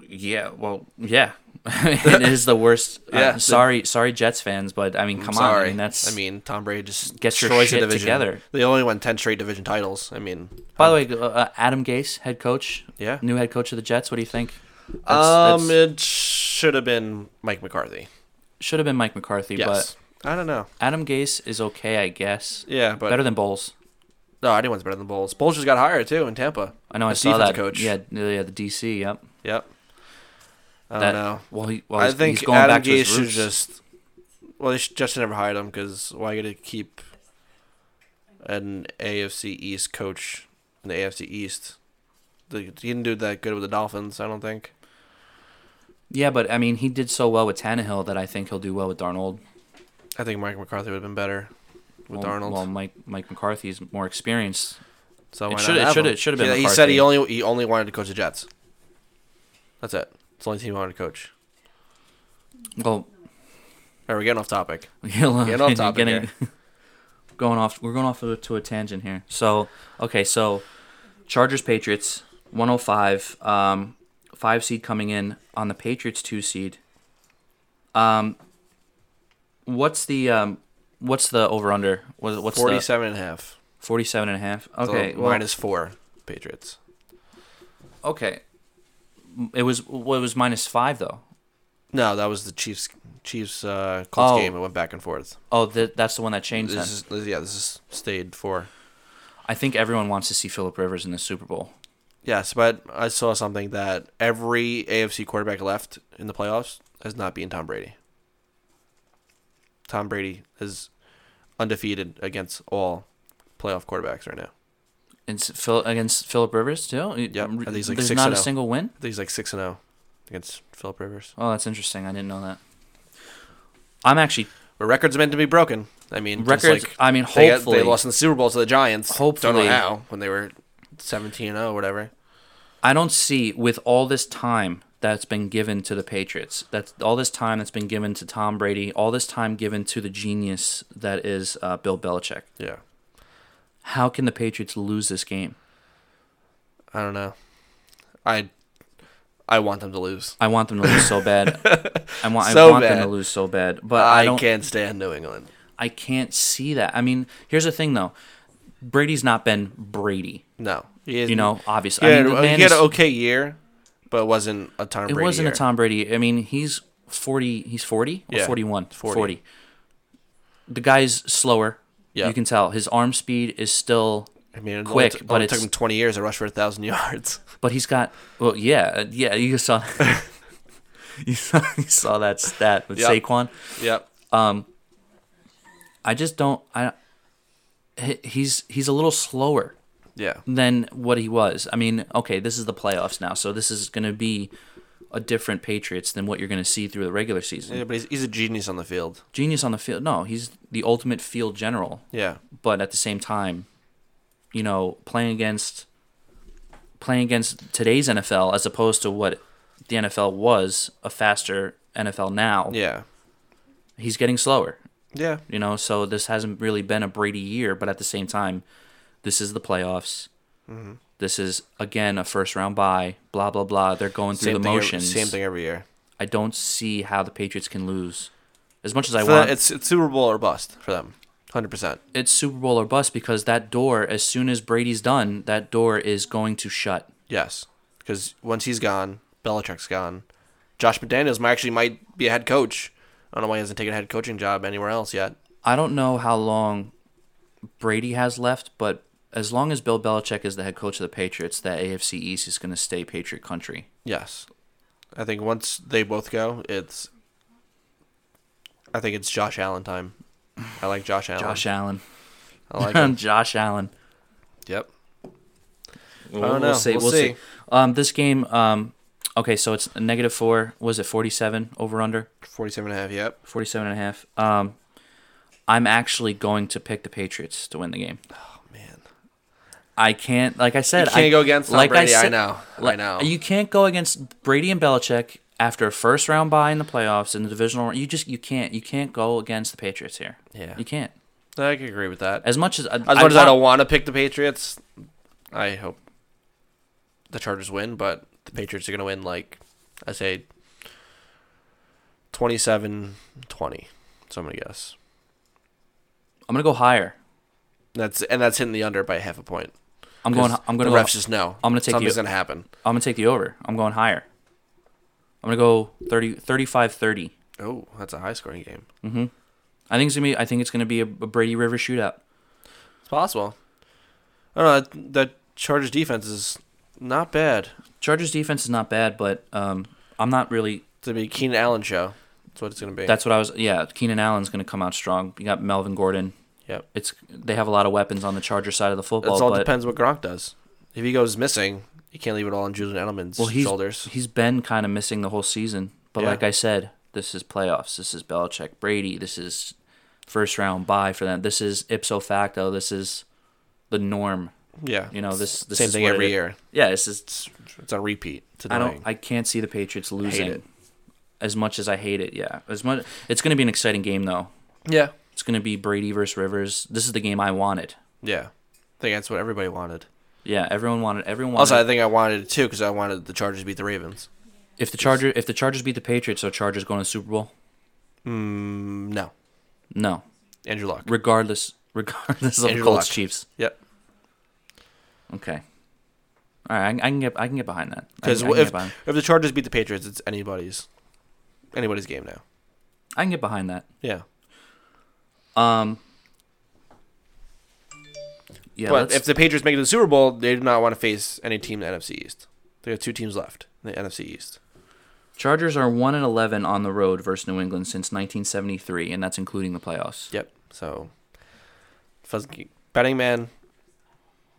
Yeah, well, yeah, [laughs] it is the worst. [laughs] Yeah, uh, sorry, sorry, Jets fans, but I mean, come on, I mean, that's. I mean, Tom Brady just Get your destroys the shit division. together. They only won ten straight division titles. I mean, by the way, uh, uh, Adam Gase, head coach, Yeah. new head coach of the Jets. What do you think? That's, um, it should have been Mike McCarthy. should have been Mike McCarthy, Yes, but I don't know. Adam Gase is okay, I guess. Yeah, but Better than Bowles. no, anyone's better than Bowles. Bowles just got hired too in Tampa. I know. I As saw defense that. coach. Yeah, yeah, the DC. Yep. Yep. I don't That- know. Well, he, well, I he's- think he's going Adam back to Gase his should roots. just. Well, they should just never hired him because why going to keep an AFC East coach in the AFC East The, he didn't do that good with the Dolphins, I don't think. Yeah, but I mean, he did so well with Tannehill that I think he'll do well with Darnold. I think Mike McCarthy would have been better with well, Darnold. Well, Mike Mike McCarthy's more experienced. so it why not should- it have should- him? it should have been He, he said he McCarthy. only he only wanted to coach the Jets. That's it. It's the only team he wanted to coach. Well, All right, we're getting off topic. [laughs] Getting Getting off topic [laughs] going off. We're going off to, to a tangent here. So okay, so Chargers Patriots 105, um, five seed coming in on the Patriots two seed. Um, what's the um, what's the over under? What, what's the 47 and a half. 47 and a half? So Okay, well, minus four Patriots. okay. It was well, it was minus five though. No, that was the Chiefs Chiefs uh, Colts Oh. game. It went back and forth. Oh, th- that's the one that changed. Then. This is this- yeah, this is stayed four. I think everyone wants to see Philip Rivers in the Super Bowl. Yes, but I saw something that every AFC quarterback left in the playoffs has not been Tom Brady. Tom Brady is undefeated against all playoff quarterbacks right now. And s- Phil against Philip Rivers too. Yep, and he's like there's 6 not and a oh. single win. I think he's like six and zero against Philip Rivers. Oh, that's interesting. I didn't know that. I'm actually But records are meant to be broken. I mean, just records. like I mean, they, got- hopefully, they lost in the Super Bowl to the Giants. don't Hopefully. know how when they were seventeen and zero, whatever. I don't see with all this time that's been given to the Patriots. That's all this time that's been given to Tom Brady. All this time given to the genius that is uh, Bill Belichick. Yeah, How can the Patriots lose this game? I don't know. I I want them to lose. I want them to lose so [laughs] bad. I want. So I want them bad. to lose so bad. But I, I, don't. can't stand New England. I can't see that. I mean, here's the thing though. Brady's not been Brady. No, he is, You know, obviously. Yeah, oh, I mean, the man he had is- an okay year, but it wasn't a Tom It Brady. wasn't year. a Tom Brady. I mean, he's 40. He's 40 or Yeah, 41? 40. 40. The guy's slower. Yeah. You can tell. His arm speed is still. I mean, it quick, only t- but only it's- took him twenty years to rush for a thousand [laughs] yards. But he's got. Well, yeah. uh, Yeah. You saw. [laughs] you, saw you saw that stat with Yeah. Saquon. yep. I just don't. I. he- He's he's a little slower Yeah. than what he was. I mean, okay, this is the playoffs now, so this is going to be a different Patriots than what you're going to see through the regular season. Yeah, but he's, he's a genius on the field. Genius on the field. No, he's the ultimate field general. Yeah. but at the same time, you know, playing against playing against today's NFL as opposed to what the NFL was, a faster NFL now. Yeah. He's getting slower, Yeah. you know, so this hasn't really been a Brady year, but at the same time, this is the playoffs. Mm-hmm. This is again a first round bye, blah blah blah. They're going through the thing every- motions. same thing every year. I don't see how the Patriots can lose. As much as I For want, them, it's, it's Super Bowl or bust for them. Hundred percent. it's Super Bowl or bust because that door, as soon as Brady's done, that door is going to shut. Yes. Because once he's gone, Belichick's gone. Josh McDaniels might actually might be a head coach. I don't know why he hasn't taken a head coaching job anywhere else yet. I don't know how long Brady has left, but as long as Bill Belichick is the head coach of the Patriots, that AFC East is going to stay Patriot country. Yes. I think once they both go, it's. I think it's Josh Allen time. I like Josh Allen. Josh Allen. [laughs] I like him. Josh Allen. yep. We'll, don't know. We'll see. Um, this game, um, okay, so it's a negative four. Was it 47 over under? 47 and a half, yep. 47 and a half. Um, I'm actually going to pick the Patriots to win the game. Man. I can't, like I said, You can't I, go against Tom Brady, I know. I like- know. You can't go against Brady and Belichick after a first round bye in the playoffs in the divisional. round. You just you can't you can't go against the Patriots here. Yeah. you can't. I can agree with that. As, As much as I, much I as I want- don't want to pick the Patriots, I hope the Chargers win, but the Patriots are going to win, like, I say 27 20. So I'm going to guess. I'm gonna go higher. That's And that's hitting the under by half a point. I'm going. 'Cause I'm gonna. The Go, refs just know. I'm gonna take Something's you- going to happen. I'm gonna take the over. I'm going higher. I'm gonna go 30, 35 30. Oh, that's a high scoring game. I think it's gonna be. I think it's gonna be a, a Brady River shootout. It's possible. I don't know. That, that Chargers defense is not bad. Chargers defense is not bad, but um, I'm not really. It's going to be a Keenan Allen show. That's what it's going to be. That's what I was. Yeah, Keenan Allen's gonna come out strong. You got Melvin Gordon. yep. It's they have a lot of weapons on the Charger side of the football. That's all but depends what Gronk does. If he goes missing, You can't leave it all on Julian Edelman's Well, he's shoulders. he's been kind of missing the whole season. But Yeah. like I said, this is playoffs. This is Belichick, Brady. This is first round bye for them. This is ipso facto. This is the norm. Yeah. You know this. this Same is thing what it every is. year. Yeah, it's just It's a repeat. It's I don't. annoying. I can't see the Patriots losing. it. As much as I hate it, yeah. As much, it's going to be an exciting game though. yeah. It's going to be Brady versus Rivers. This is the game I wanted. Yeah. I think that's what everybody wanted. Yeah, everyone wanted. Everyone wanted. Also, I think I wanted it too because I wanted the Chargers to beat the Ravens. if the Charger, if the Chargers beat the Patriots, are Chargers going to the Super Bowl? Mm, no. No. Andrew Luck. Regardless, [laughs] regardless of Andrew Colts Luck. Chiefs. Yep. Okay. All right, I, I can get I can get behind that. I Because can- I, can if, get behind- if the Chargers beat the Patriots, it's anybody's anybody's game now. I can get behind that. Yeah. Um. Yeah. but let's- if the Patriots make it to the Super Bowl, they do not want to face any team in the NFC East. They have two teams left in the NFC East. Chargers are one and eleven on the road versus New England since 1973, and that's including the playoffs. Yep. So, fuzz- betting man,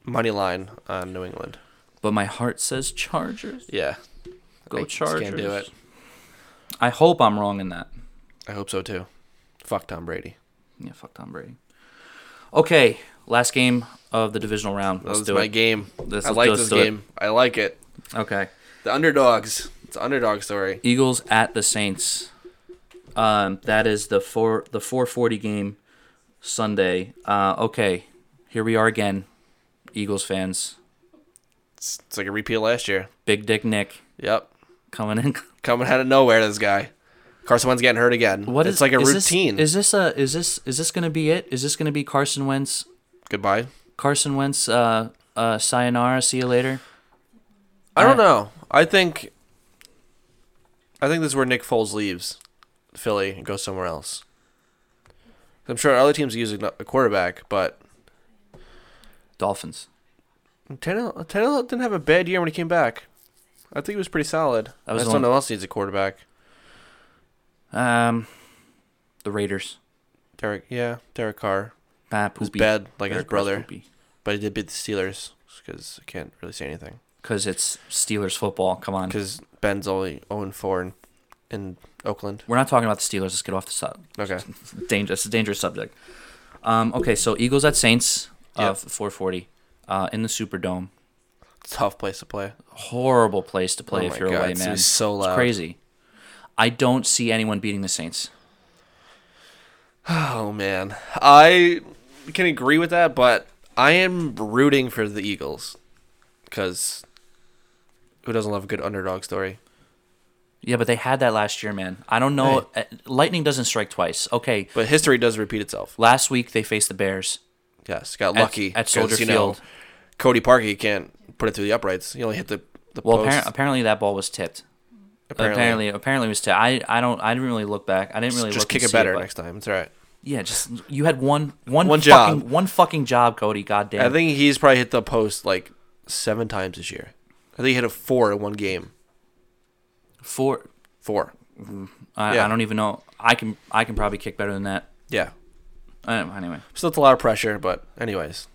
money line on New England. But my heart says Chargers. Yeah. Go Like, just Chargers. Can't do it. I hope I'm wrong in that. I hope so too. Fuck Tom Brady. Yeah, fuck Tom Brady. Okay, last game of the divisional round. That Let's was do my it. game. Let's- I like let's this do it. game. I like it. Okay. The underdogs. It's an underdog story. Eagles at the Saints. Um, that is the four the four forty game Sunday. Uh, okay, here we are again, Eagles fans. It's, it's like a repeat of last year. Big Dick Nick Yep. coming in. [laughs] Coming out of nowhere, this guy. Carson Wentz getting hurt again. What is it's like a is routine. This, is this a is this is this gonna be it? Is this gonna be Carson Wentz? Goodbye. Carson Wentz. Uh, uh, sayonara. See you later. I don't I- know. I think. I think this is where Nick Foles leaves Philly and goes somewhere else. I'm sure other teams use a a quarterback, but Dolphins. Tannehill, Tannehill didn't have a bad year when he came back. I think he was pretty solid. That was I the just don't one- know who else needs a quarterback. Um, the Raiders. Derek, yeah, Derek Carr, Bah, who's poopy. bad like his brother, but he did beat the Steelers because I can't really say anything. Because it's Steelers football. Come on. Because Ben's only 0 4 in, in Oakland. We're not talking about the Steelers. Let's get off the sub. Okay. dangerous. It's a dangerous subject. Um, okay, so Eagles at Saints Yep. uh, 440 uh, in the Superdome. [laughs] Tough place to play. Horrible place to play Oh if my you're God, away, it's man. gonna be so It's loud. crazy. I don't see anyone beating the Saints. Oh man, I can agree with that, but I am rooting for the Eagles because who doesn't love a good underdog story? Yeah, but they had that last year, man. I don't know. uh, Lightning doesn't strike twice. Okay, But history does repeat itself. last week they faced the Bears. Yes, got lucky at 'cause, Soldier you know, Field. Cody Parkey can't put it through the uprights. He only hit the the Well, post. appar- apparently that ball was tipped. apparently, Apparently, apparently it was tipped. I, I don't. I didn't really look back. I didn't really just look kick and it see better but- next time. It's all right. Yeah, just you had one one One fucking, job. one fucking job, Cody. Goddamn. I think he's probably hit the post like seven times this year. I think he hit a four in one game. four. Four. I, Yeah. I don't even know. I can I can probably kick better than that. Yeah. Um, anyway, Still, it's a lot of pressure, but anyways.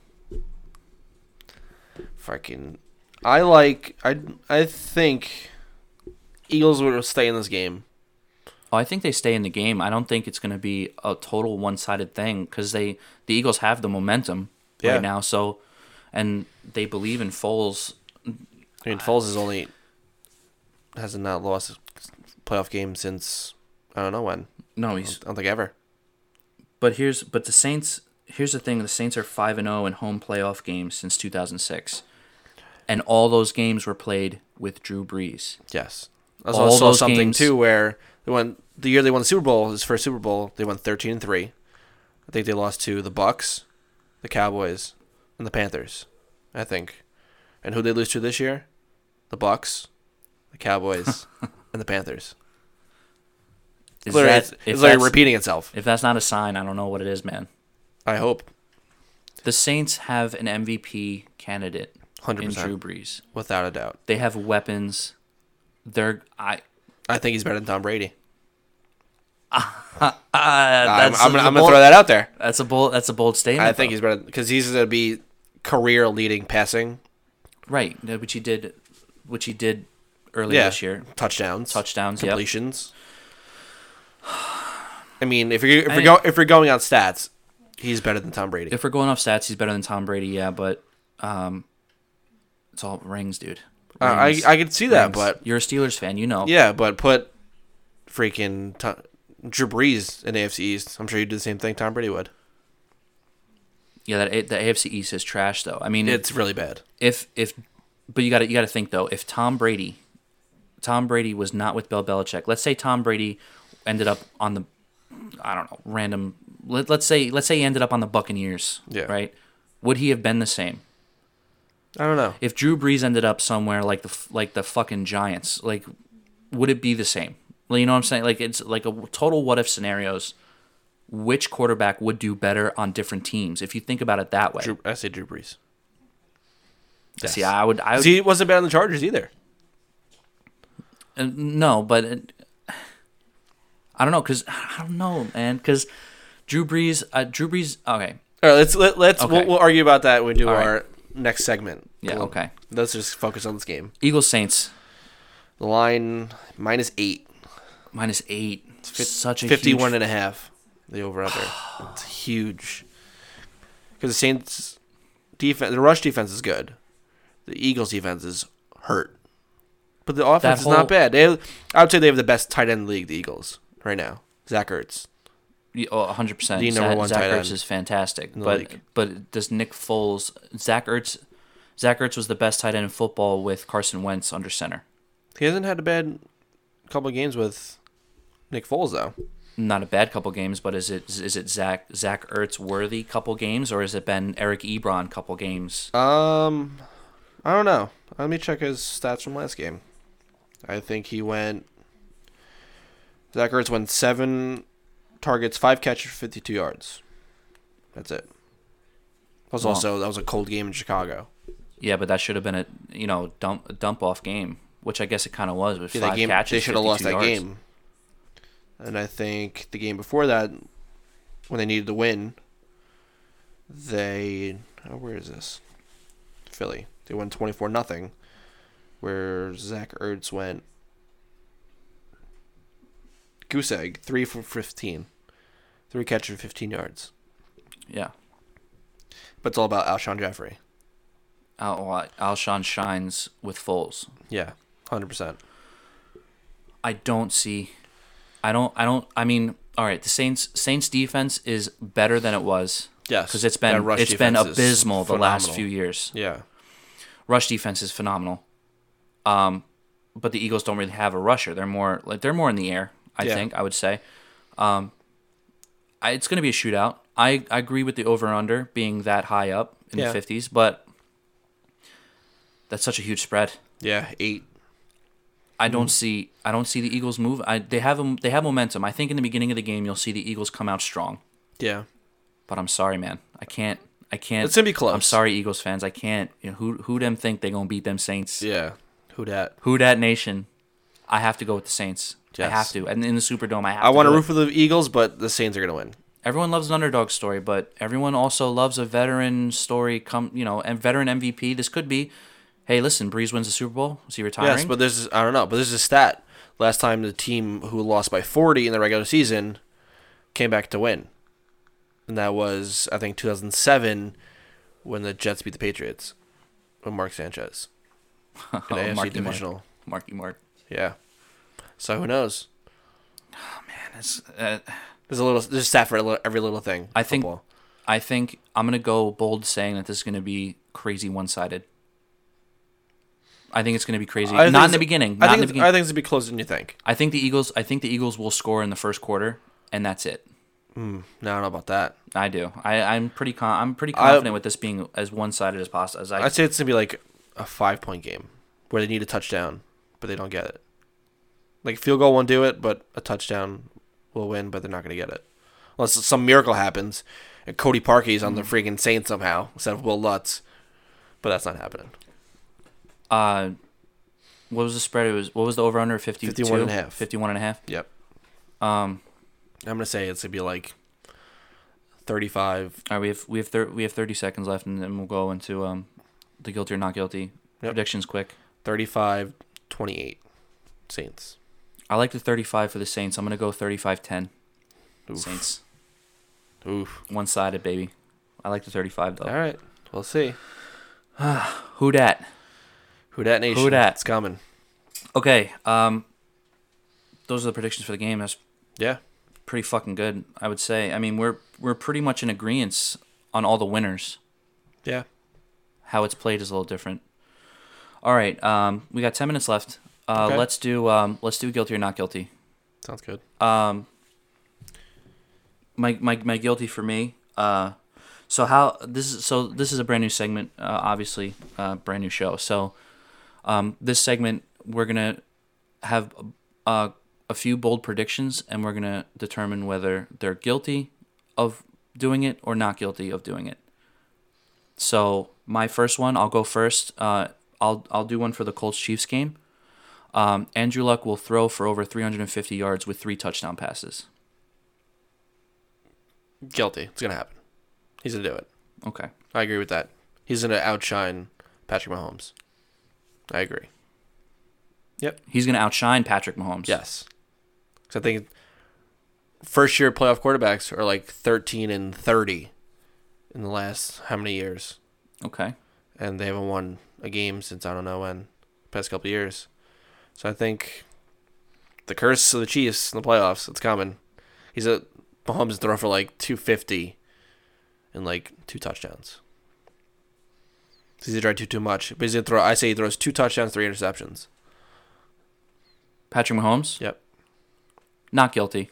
Fucking, I like I I think Eagles would stay in this game. oh, I think they stay in the game. I don't think it's going to be a total one sided thing because they the Eagles have the momentum Yeah. right now. So, and they believe in Foles. I mean, Foles is only has not lost a playoff game since I don't know when. No, I he's don't think ever. but here's but the Saints. Here's the thing: the Saints are five and zero in home playoff games since two thousand six, and all those games were played with Drew Brees. Yes, I also All saw those something games- too where they won the year they won the Super Bowl, his first Super Bowl, they won thirteen and three. I think they lost to the Bucks, the Cowboys, and the Panthers. I think, and who they lose to this year? The Bucks, [laughs] the Cowboys, and the Panthers. Is Literally, that- it's, if it's like that's- repeating itself. If that's not a sign, I don't know what it is, man. I hope, The Saints have an MVP candidate hundred in Drew percent, Brees. without a doubt. They have weapons. They're I I think he's better than [laughs] Tom Brady. uh, I'm, that's I'm, a gonna- I'm gonna bold, throw that out there. That's a bold. That's a bold [laughs] statement. I think he's better because he's gonna be career leading passing. though. right, no, but you did which he did earlier Yeah. this year. touchdowns, Touchdowns, yeah. completions. [sighs] I mean, if you're if I- you're, go, if you're going on stats, he's better than Tom Brady. If we're going off stats, he's better than Tom Brady, yeah, but um, it's all rings, dude. Uh, I Rings. I could see that, Rings. but you're a Steelers fan, you know. yeah, but put freaking Tom, Drew Brees in AFC East. I'm sure you'd do the same thing Tom Brady would. Yeah, that A- the AFC East is trash though. I mean, It's really bad. if if but you got to you got to think though, if Tom Brady Tom Brady was not with Bill Belichick. Let's say Tom Brady ended up on the I don't know, random let, let's say let's say he ended up on the Buccaneers, Yeah. right? Would he have been the same? I don't know. If Drew Brees ended up somewhere like the f- like the fucking Giants, like would it be the same? Like, you know what I'm saying? Like it's like a total what if scenarios. Which quarterback would do better on different teams? If you think about it that way, Drew, I say Drew Brees. see, I would, I would, He wasn't bad on the Chargers either. Uh, no, but it, I don't know because [sighs] I don't know, man. Because Drew Brees, uh, Drew Brees. Okay, All right, let's let, let's Okay. we'll, we'll argue about that when we do All right. our next segment. Yeah, Cool. okay. Let's just focus on this game. Eagles Saints The line minus eight, minus eight. such a 51 huge, and a half. The [sighs] over under. it's huge. Because the Saints defense, the rush defense is good. The Eagles defense is hurt, but the offense is whole- not bad. They, I would say they have the best tight end in the league. The Eagles right now. Zach Ertz. Yeah, oh, 100%. The number Zach, one Zach tight Ertz end is fantastic. the But league. but does Nick Foles Zach Ertz Zach Ertz was the best tight end in football with Carson Wentz under center. He hasn't had a bad couple of games with Nick Foles though. Not a bad couple games, but is it is it Zach Zach Ertz worthy couple games or has it been Eric Ebron couple games? Um, I don't know. Let me check his stats from last game. I think he went. Zach Ertz went seven targets, five catches, for fifty-two yards. That's it. Plus, Wow. also that was a cold game in Chicago. Yeah, but that should have been a you know dump a dump off game, which I guess it kind of was with Yeah, five that game catches. they should have lost that 52 yards. game. And I think the game before that, when they needed to win, they oh, where is this? Philly. They won twenty four nothing. Where Zach Ertz went goose egg three for fifteen, three catches for fifteen yards. Yeah, But it's all about Alshon Jeffrey. Al- Al- Alshon shines with Foles. Yeah, hundred percent. I don't see. I don't. I don't. I mean, all right. The Saints Saints defense is better than it was Yes, because it's that been rush it's been defense is abysmal the last phenomenal. few years. Yeah, Rush defense is phenomenal. Um, but the Eagles don't really have a rusher. They're more like they're more in the air. I Yeah. think I would say. Um, I, it's going to be a shootout. I, I agree with the over under being that high up in Yeah. the fifties, but that's such a huge spread. yeah, eight. I Mm-hmm. don't see I don't see the Eagles move. I, they have 'em- they have momentum. I think in the beginning of the game you'll see the Eagles come out strong. Yeah, But I'm sorry, man. I can't. I can't. It's gonna be close. I'm sorry, Eagles fans. I can't. You know, who who them think they gonna beat them Saints? yeah. Who dat? Who that nation? I have to go with the Saints. I Yes. have to. And in the Superdome, I have. I to want to do it. root for the Eagles, but the Saints are going to win. Everyone loves an underdog story, but everyone also loves a veteran story. Come, you know, and veteran MVP. This could be. Hey, listen, Breeze wins the Super Bowl. Is he retiring? [laughs] Yes, but this is I don't know, but this is a stat. Last time the team who lost by 40 in the regular season came back to win. And that was I think 2007 when the Jets beat the Patriots with Mark Sanchez. In Oh, the AFC Marky Mark. divisional. Marky Mark. Yeah. So who knows? That's, Oh, uh, There's a little there's a stat for a little- every little thing. I in think. football. I think I'm gonna go bold saying that this is gonna be crazy one sided. I think it's gonna be crazy. I think Not in it's- the beginning. Not I in think the it's- beginning. I think it's going to be closer than you think. I think the Eagles. I think the Eagles will score in the first quarter, and that's it. No, I don't know about that. I do. I, I'm pretty. Con- I'm pretty confident with this being as one-sided as possible. As I, I'd say it's gonna be like a five point game where they need a touchdown, but they don't get it. Like field goal won't do it, but a touchdown will win, but they're not gonna get it. Unless some miracle happens and Cody Parkey's on the freaking Saints somehow instead of Will Lutz. But that's not happening. uh, what was the spread? It was what was the over under? 52? 51 and a half. 51 and a half. Yep. Um, I'm gonna say it's gonna be like thirty five. all right, we have we have thir- we have 30 seconds left, and then we'll go into um, the guilty or not guilty Yep. predictions quick. 35 28 Saints. I like the 35 for the Saints. I'm going to go 35 10. Oof. Saints. Oof. One sided, baby. I like the 35, though. All right. We'll see. Who dat? Who dat nation? Who dat? It's coming. Okay. Um, those are the predictions for the game. That's Yeah. pretty fucking good, I would say. I mean, we're we're pretty much in agreement on all the winners. Yeah. How it's played is a little different. All right. Um, we got 10 minutes left. Uh, Okay. Let's do um, let's do guilty or not guilty. Sounds good. my my, my guilty for me. Uh, so how this is so this is a brand new segment, uh, obviously, uh, brand new show. So, um, this segment we're gonna have uh, a few bold predictions, and we're gonna determine whether they're guilty of doing it or not guilty of doing it. So my first one, I'll go first. Uh, I'll I'll do one for the Colts Chiefs game. Um, Andrew Luck will throw for over 350 yards with three touchdown passes. Guilty. It's going to happen. He's going to do it. Okay. I agree with that. He's going to outshine Patrick Mahomes. I agree. Yep. He's going to outshine Patrick Mahomes. Yes. Because I think first year playoff quarterbacks are like 13 and 30 in the last how many years? Okay. And they haven't won a game since I don't know when, past couple of years. So I think the curse of the Chiefs in the playoffs, it's coming. He's a Mahomes throw for like 250 and like two touchdowns. He's gonna try to do too much. But he's gonna throw. I say he throws two touchdowns, three interceptions. Patrick Mahomes, Yep, not guilty.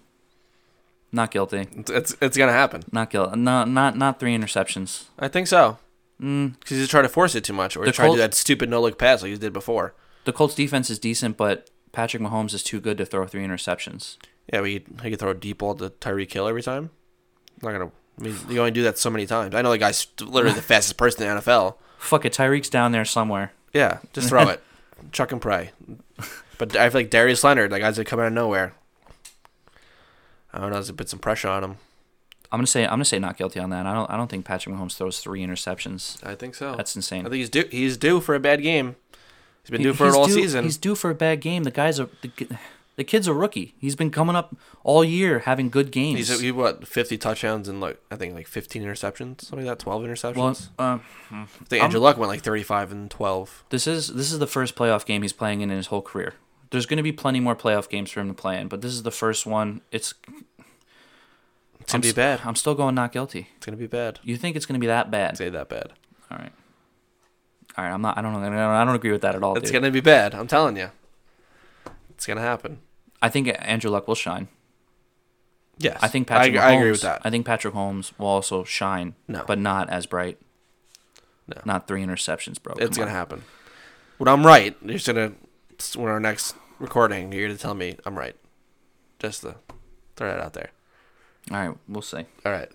Not guilty. it's it's, it's gonna happen. Not guilty. Not not not three interceptions. I think so. Because Mm. he's trying to force it too much, or The he's trying Col- to do that stupid no look pass like he did before. The Colts defense is decent, but Patrick Mahomes is too good to throw three interceptions. Yeah, but he, he could throw a deep ball to Tyreek Hill every time. Not gonna. I mean, you only do that so many times. I know the guy's [laughs] st- literally the fastest person in the NFL. Fuck it, Tyreek's down there somewhere. Yeah, just throw [laughs] it, chuck and pray. But I feel like Darius Leonard, that guy's gonna come out of nowhere. I don't know. There's a bit some pressure on him. I'm gonna say I'm gonna say not guilty on that. I don't I don't think Patrick Mahomes throws three interceptions. I think so. That's I insane. think he's due. He's due for a bad game. He's been He- due for it he's all due- season. He's due for a bad game. The guy's a the, ki- the kid's a rookie. He's been coming up all year having good games. He's he what fifty touchdowns and like I think like fifteen interceptions, something like that, twelve interceptions. well, uh, I think Andrew Luck went like thirty-five and twelve. This is this is the first playoff game he's playing in his whole career. There's going to be plenty more playoff games for him to play in, but this is the first one. It's It's gonna I'm be s- bad. I'm still going not guilty. It's gonna be bad. You think it's going to be that bad? I'd say that bad. All right, all right. I'm not. I don't. I don't, I don't agree with that at all. It's Dude. gonna be bad. I'm telling you. It's gonna happen. I think Andrew Luck will shine. Yes. I think Patrick. I, Mahomes, I agree with that. I think Patrick Holmes will also shine. No. but not as bright. No. Not three interceptions, bro. it's Come gonna on. happen. When I'm right, you're just gonna when our next recording, you're gonna tell me I'm right. Just to throw that out there. All right, we'll see. Um, All right.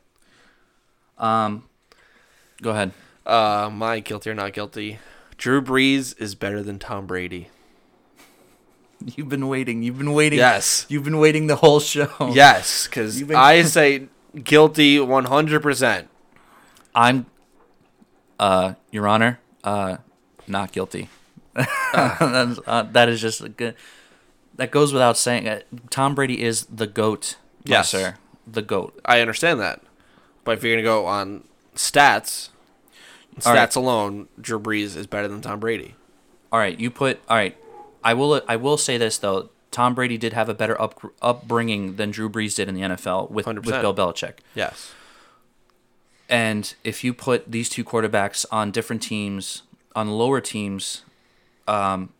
Go ahead. Uh, my guilty or not guilty. Drew Brees is better than Tom Brady. [laughs] You've been waiting. You've been waiting. Yes. You've been waiting the whole show. Oh. Yes, because You've been- I say guilty 100%. I'm, uh, Your Honor, uh, not guilty. [laughs] That's, uh, that is just a good. That goes without saying. Uh, Tom Brady is the goat. my Yes. sir. The goat. I understand that. But if you're going to go on stats, stats All right. alone, Drew Brees is better than Tom Brady. All right, you put. All right, I will. I will say this though. Tom Brady did have a better up, upbringing than Drew Brees did in the NFL with with 100%. Bill Belichick. Yes. And if you put these two quarterbacks on different teams, on lower teams, um,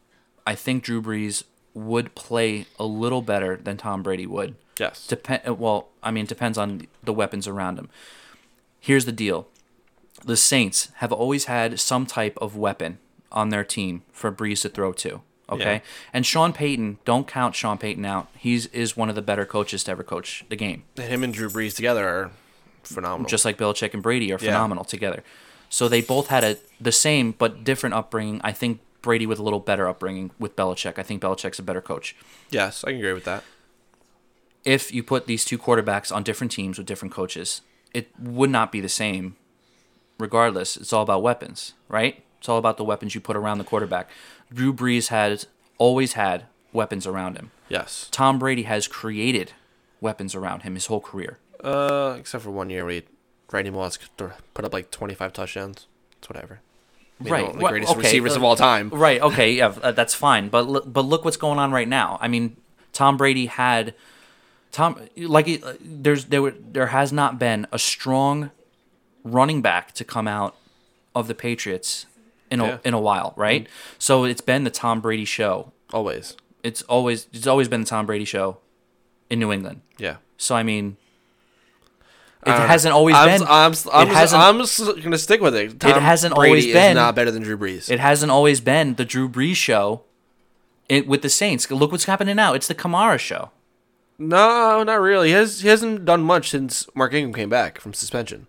I think Drew Brees would play a little better than Tom Brady would. Yes. Depend well, I mean, it depends on the weapons around him. Here's the deal: the Saints have always had some type of weapon on their team for Brees to throw to. Okay, Yeah. and Sean Payton, don't count Sean Payton out. He's is one of the better coaches to ever coach the game Him and Drew Brees together are phenomenal. just like Belichick and Brady are phenomenal together. So they both had a the same but different upbringing. I think Brady with a little better upbringing with Belichick. I think Belichick's a better coach. yes, I can agree with that. If you put these two quarterbacks on different teams with different coaches, it would not be the same. Regardless, it's all about weapons, right? It's all about the weapons you put around the quarterback. Drew Brees has always had weapons around him. Yes. Tom Brady has created weapons around him his whole career. Uh, except for one year, we Randy Moss could th- put up like 25 touchdowns. It's whatever. I mean, Right. one of The What- greatest okay, receivers uh, of all time. Right. Okay. Yeah, uh, that's fine. But l- but look what's going on right now. I mean, Tom Brady had Tom like he- uh, there's there were, there has not been a strong running back to come out of the Patriots in a Yeah. Mm-hmm. in a while, right? So it's been the Tom Brady show. Always. It's always it's always been the Tom Brady show in New England. Yeah. So I mean, it I don't know. hasn't always I'm, been. I'm, I'm, it hasn't. I'm s- gonna stick with it. Tom hasn't Brady always is been- not better than Drew Brees. it hasn't always been the Drew Brees show. It, with the Saints, look what's happening now. It's the Kamara show. no, not really. He, has, he hasn't done much since Mark Ingram came back from suspension.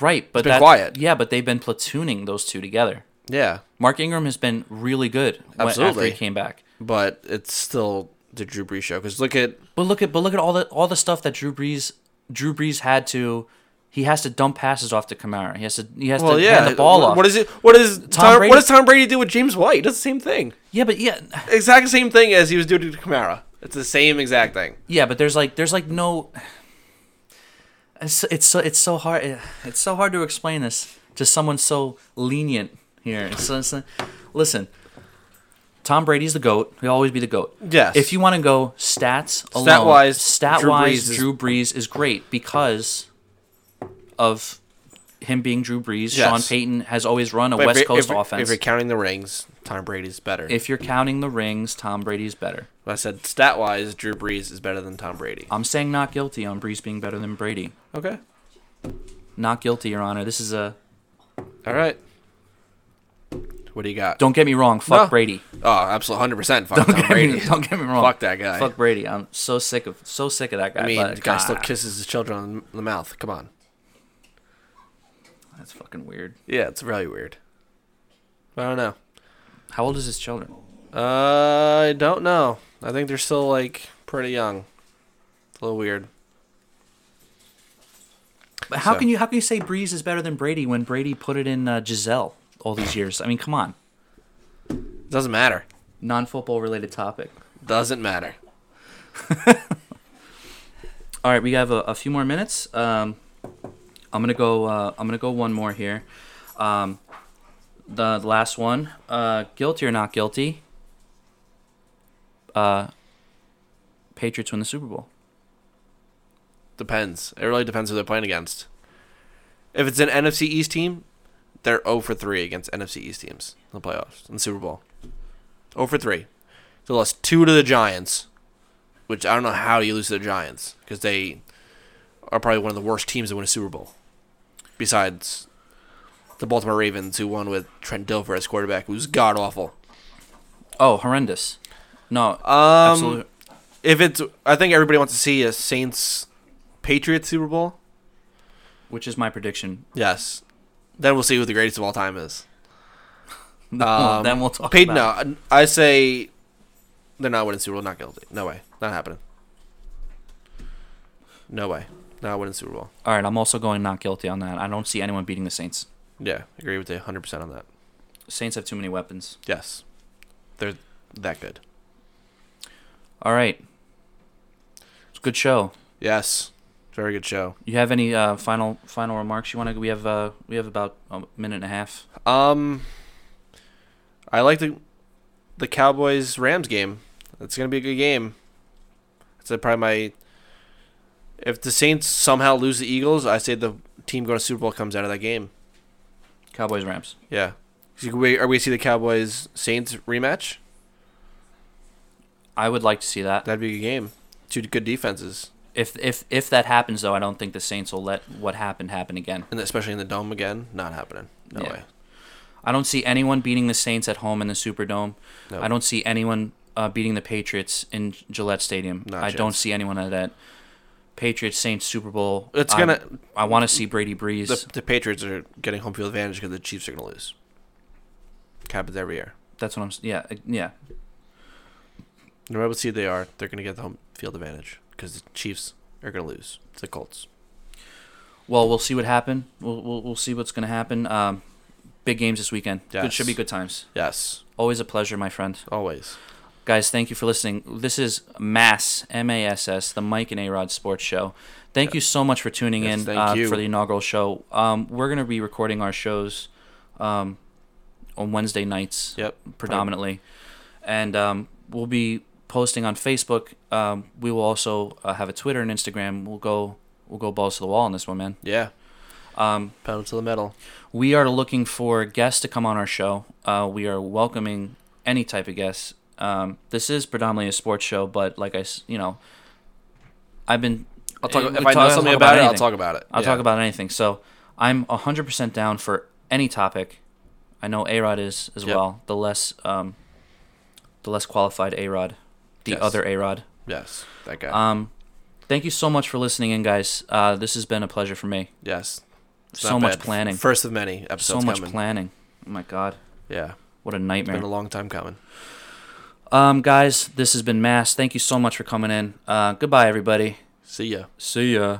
Right, but been that- quiet. Yeah, but they've been platooning those two together. Yeah, Mark Ingram has been really good when- after Absolutely. he came back. but it's still the Drew Brees show. Because look at But look at but look at all the all the stuff that Drew Brees Drew Brees had to he has to dump passes off to Kamara. He has to he has well, to yeah, hand the ball what- off. What is it? What is Tom? Brady- what does Tom Brady do with James White? He does the same thing. yeah, but yeah, Exact same thing as he was doing to Kamara. It's the same exact thing. yeah, but there's like there's like no. It's it's so it's so hard it's so hard to explain this to someone so lenient here. So, so- listen, Tom Brady's the goat. He'll always be the goat. Yes. If you want to go stats alone, Stat-wise, stat Drew wise, Brees is- Drew Brees is great because of him being Drew Brees. Yes. Sean Payton has always run a But if West you're- Coast if, you're- offense. If you're counting the rings, Tom Brady's better. if you're counting the rings, Tom Brady's better. I said stat wise, Drew Brees is better than Tom Brady. I'm saying not guilty on Brees being better than Brady. Okay. Not guilty, Your Honor. This is a All right. What do you got? Don't get me wrong. Fuck No. Brady. Oh, absolutely, hundred percent. [laughs] Fuck Tom Don't get, [laughs] Brady. me, [laughs] don't get me wrong. Fuck that guy. Fuck Brady. I'm so sick of so sick of that guy. I mean, but the guy still God, kisses his children on the mouth. Come on. That's fucking weird. Yeah, it's really weird. I don't know. How old is his children? Uh, I don't know. I think they're still like pretty young. It's a little weird. But how So- can you how can you say Breeze is better than Brady when Brady put it in uh, Giselle all these years? I mean, come on. Doesn't matter. Non football related topic. Doesn't matter. All right, we have a, a few more minutes. Um, I'm gonna go. Uh, I'm gonna go one more here. Um, the last one, uh, guilty or not guilty. Uh, Patriots win the Super Bowl. Depends. It really depends who they're playing against. If it's an NFC East team, they're 0 for 3 against NFC East teams in the playoffs, in the Super Bowl. 0 for 3. They lost two to the Giants, which I don't know how you lose to the Giants because they are probably one of the worst teams to win a Super Bowl. Besides the Baltimore Ravens, who won with Trent Dilfer as quarterback, who's god awful. Oh, horrendous! No, Um, absolutely. If it's, I think everybody wants to see a Saints Patriots Super Bowl. Which is my prediction. [laughs] Yes. Then we'll see who the greatest of all time is. Well, then we'll talk. Paid about no. it. I- I say they're not winning Super Bowl. Not guilty. No way. Not happening. No way. Not winning Super Bowl. All right, I'm also going not guilty on that. I don't see anyone beating the Saints. Yeah, agree with you 100 percent on that. Saints have too many weapons. Yes, they're that good. All right, it's a good show. Yes, very good show. You have any uh, final final remarks you want to? We have uh, we have about a minute and a half. Um, I like the the Cowboys Rams game. It's gonna be a good game. It's probably my. If the Saints somehow lose the Eagles, I say the team going to Super Bowl comes out of that game. Cowboys Rams. Yeah. So we, are we gonna see the Cowboys Saints rematch? I would like to see that. That'd be a good game. Two good defenses, If if if that happens though, I don't think the Saints will let what happened happen again. and especially in the dome again, not happening. No Yeah. way. I don't see anyone beating the Saints at home in the Superdome. No. I don't see anyone uh, beating the Patriots in Gillette Stadium. Not a I don't chance. see anyone at that Patriots Saints Super Bowl. It's I'm- gonna- I want to see Brady Breeze. The, the Patriots are getting home field advantage because the Chiefs are gonna lose. Happens every year. That's what I'm. s- Yeah, uh, yeah. No matter what seed they are, they're gonna get the home field advantage because the Chiefs are gonna lose. It's the Colts. Well, we'll see what happen. We'll we'll, we'll see what's gonna happen. Um, big games this weekend. Good, should be Yes. good times. Yes, Always a pleasure, my friend. always. Guys, thank you for listening. This is Mass M A S S, the Mike and A Rod Sports Show. Thank you so much for tuning Yes, in thank uh, you. for the inaugural show. Um, we're gonna be recording our shows um, on Wednesday nights Yep. predominantly, and um, we'll be posting on Facebook. Um, we will also uh, have a Twitter and Instagram. We'll go we'll go balls to the wall on this one, man. Yeah. Um, Pedal to the metal. we are looking for guests to come on our show. Uh, we are welcoming any type of guests. Um, this is predominantly a sports show, but like I, s- you know, I've been. I'll talk we if I know I'll something about, it. I'll anything. talk about it. I'll Yeah. talk about anything. So I'm 100% down for any topic. I know A-Rod is as Yep. well. The less, um, the less qualified A-Rod, the Yes. other A-Rod. Yes, that guy. Um, thank you so much for listening in, guys. Uh, this has been a pleasure for me. yes. It's so not much bad. planning. First of many so episodes much coming. planning. Oh my God, yeah. what a It's nightmare. been a long time coming. Um, guys, this has been Mass. Thank you so much for coming in. Uh, goodbye, everybody. See ya. See ya.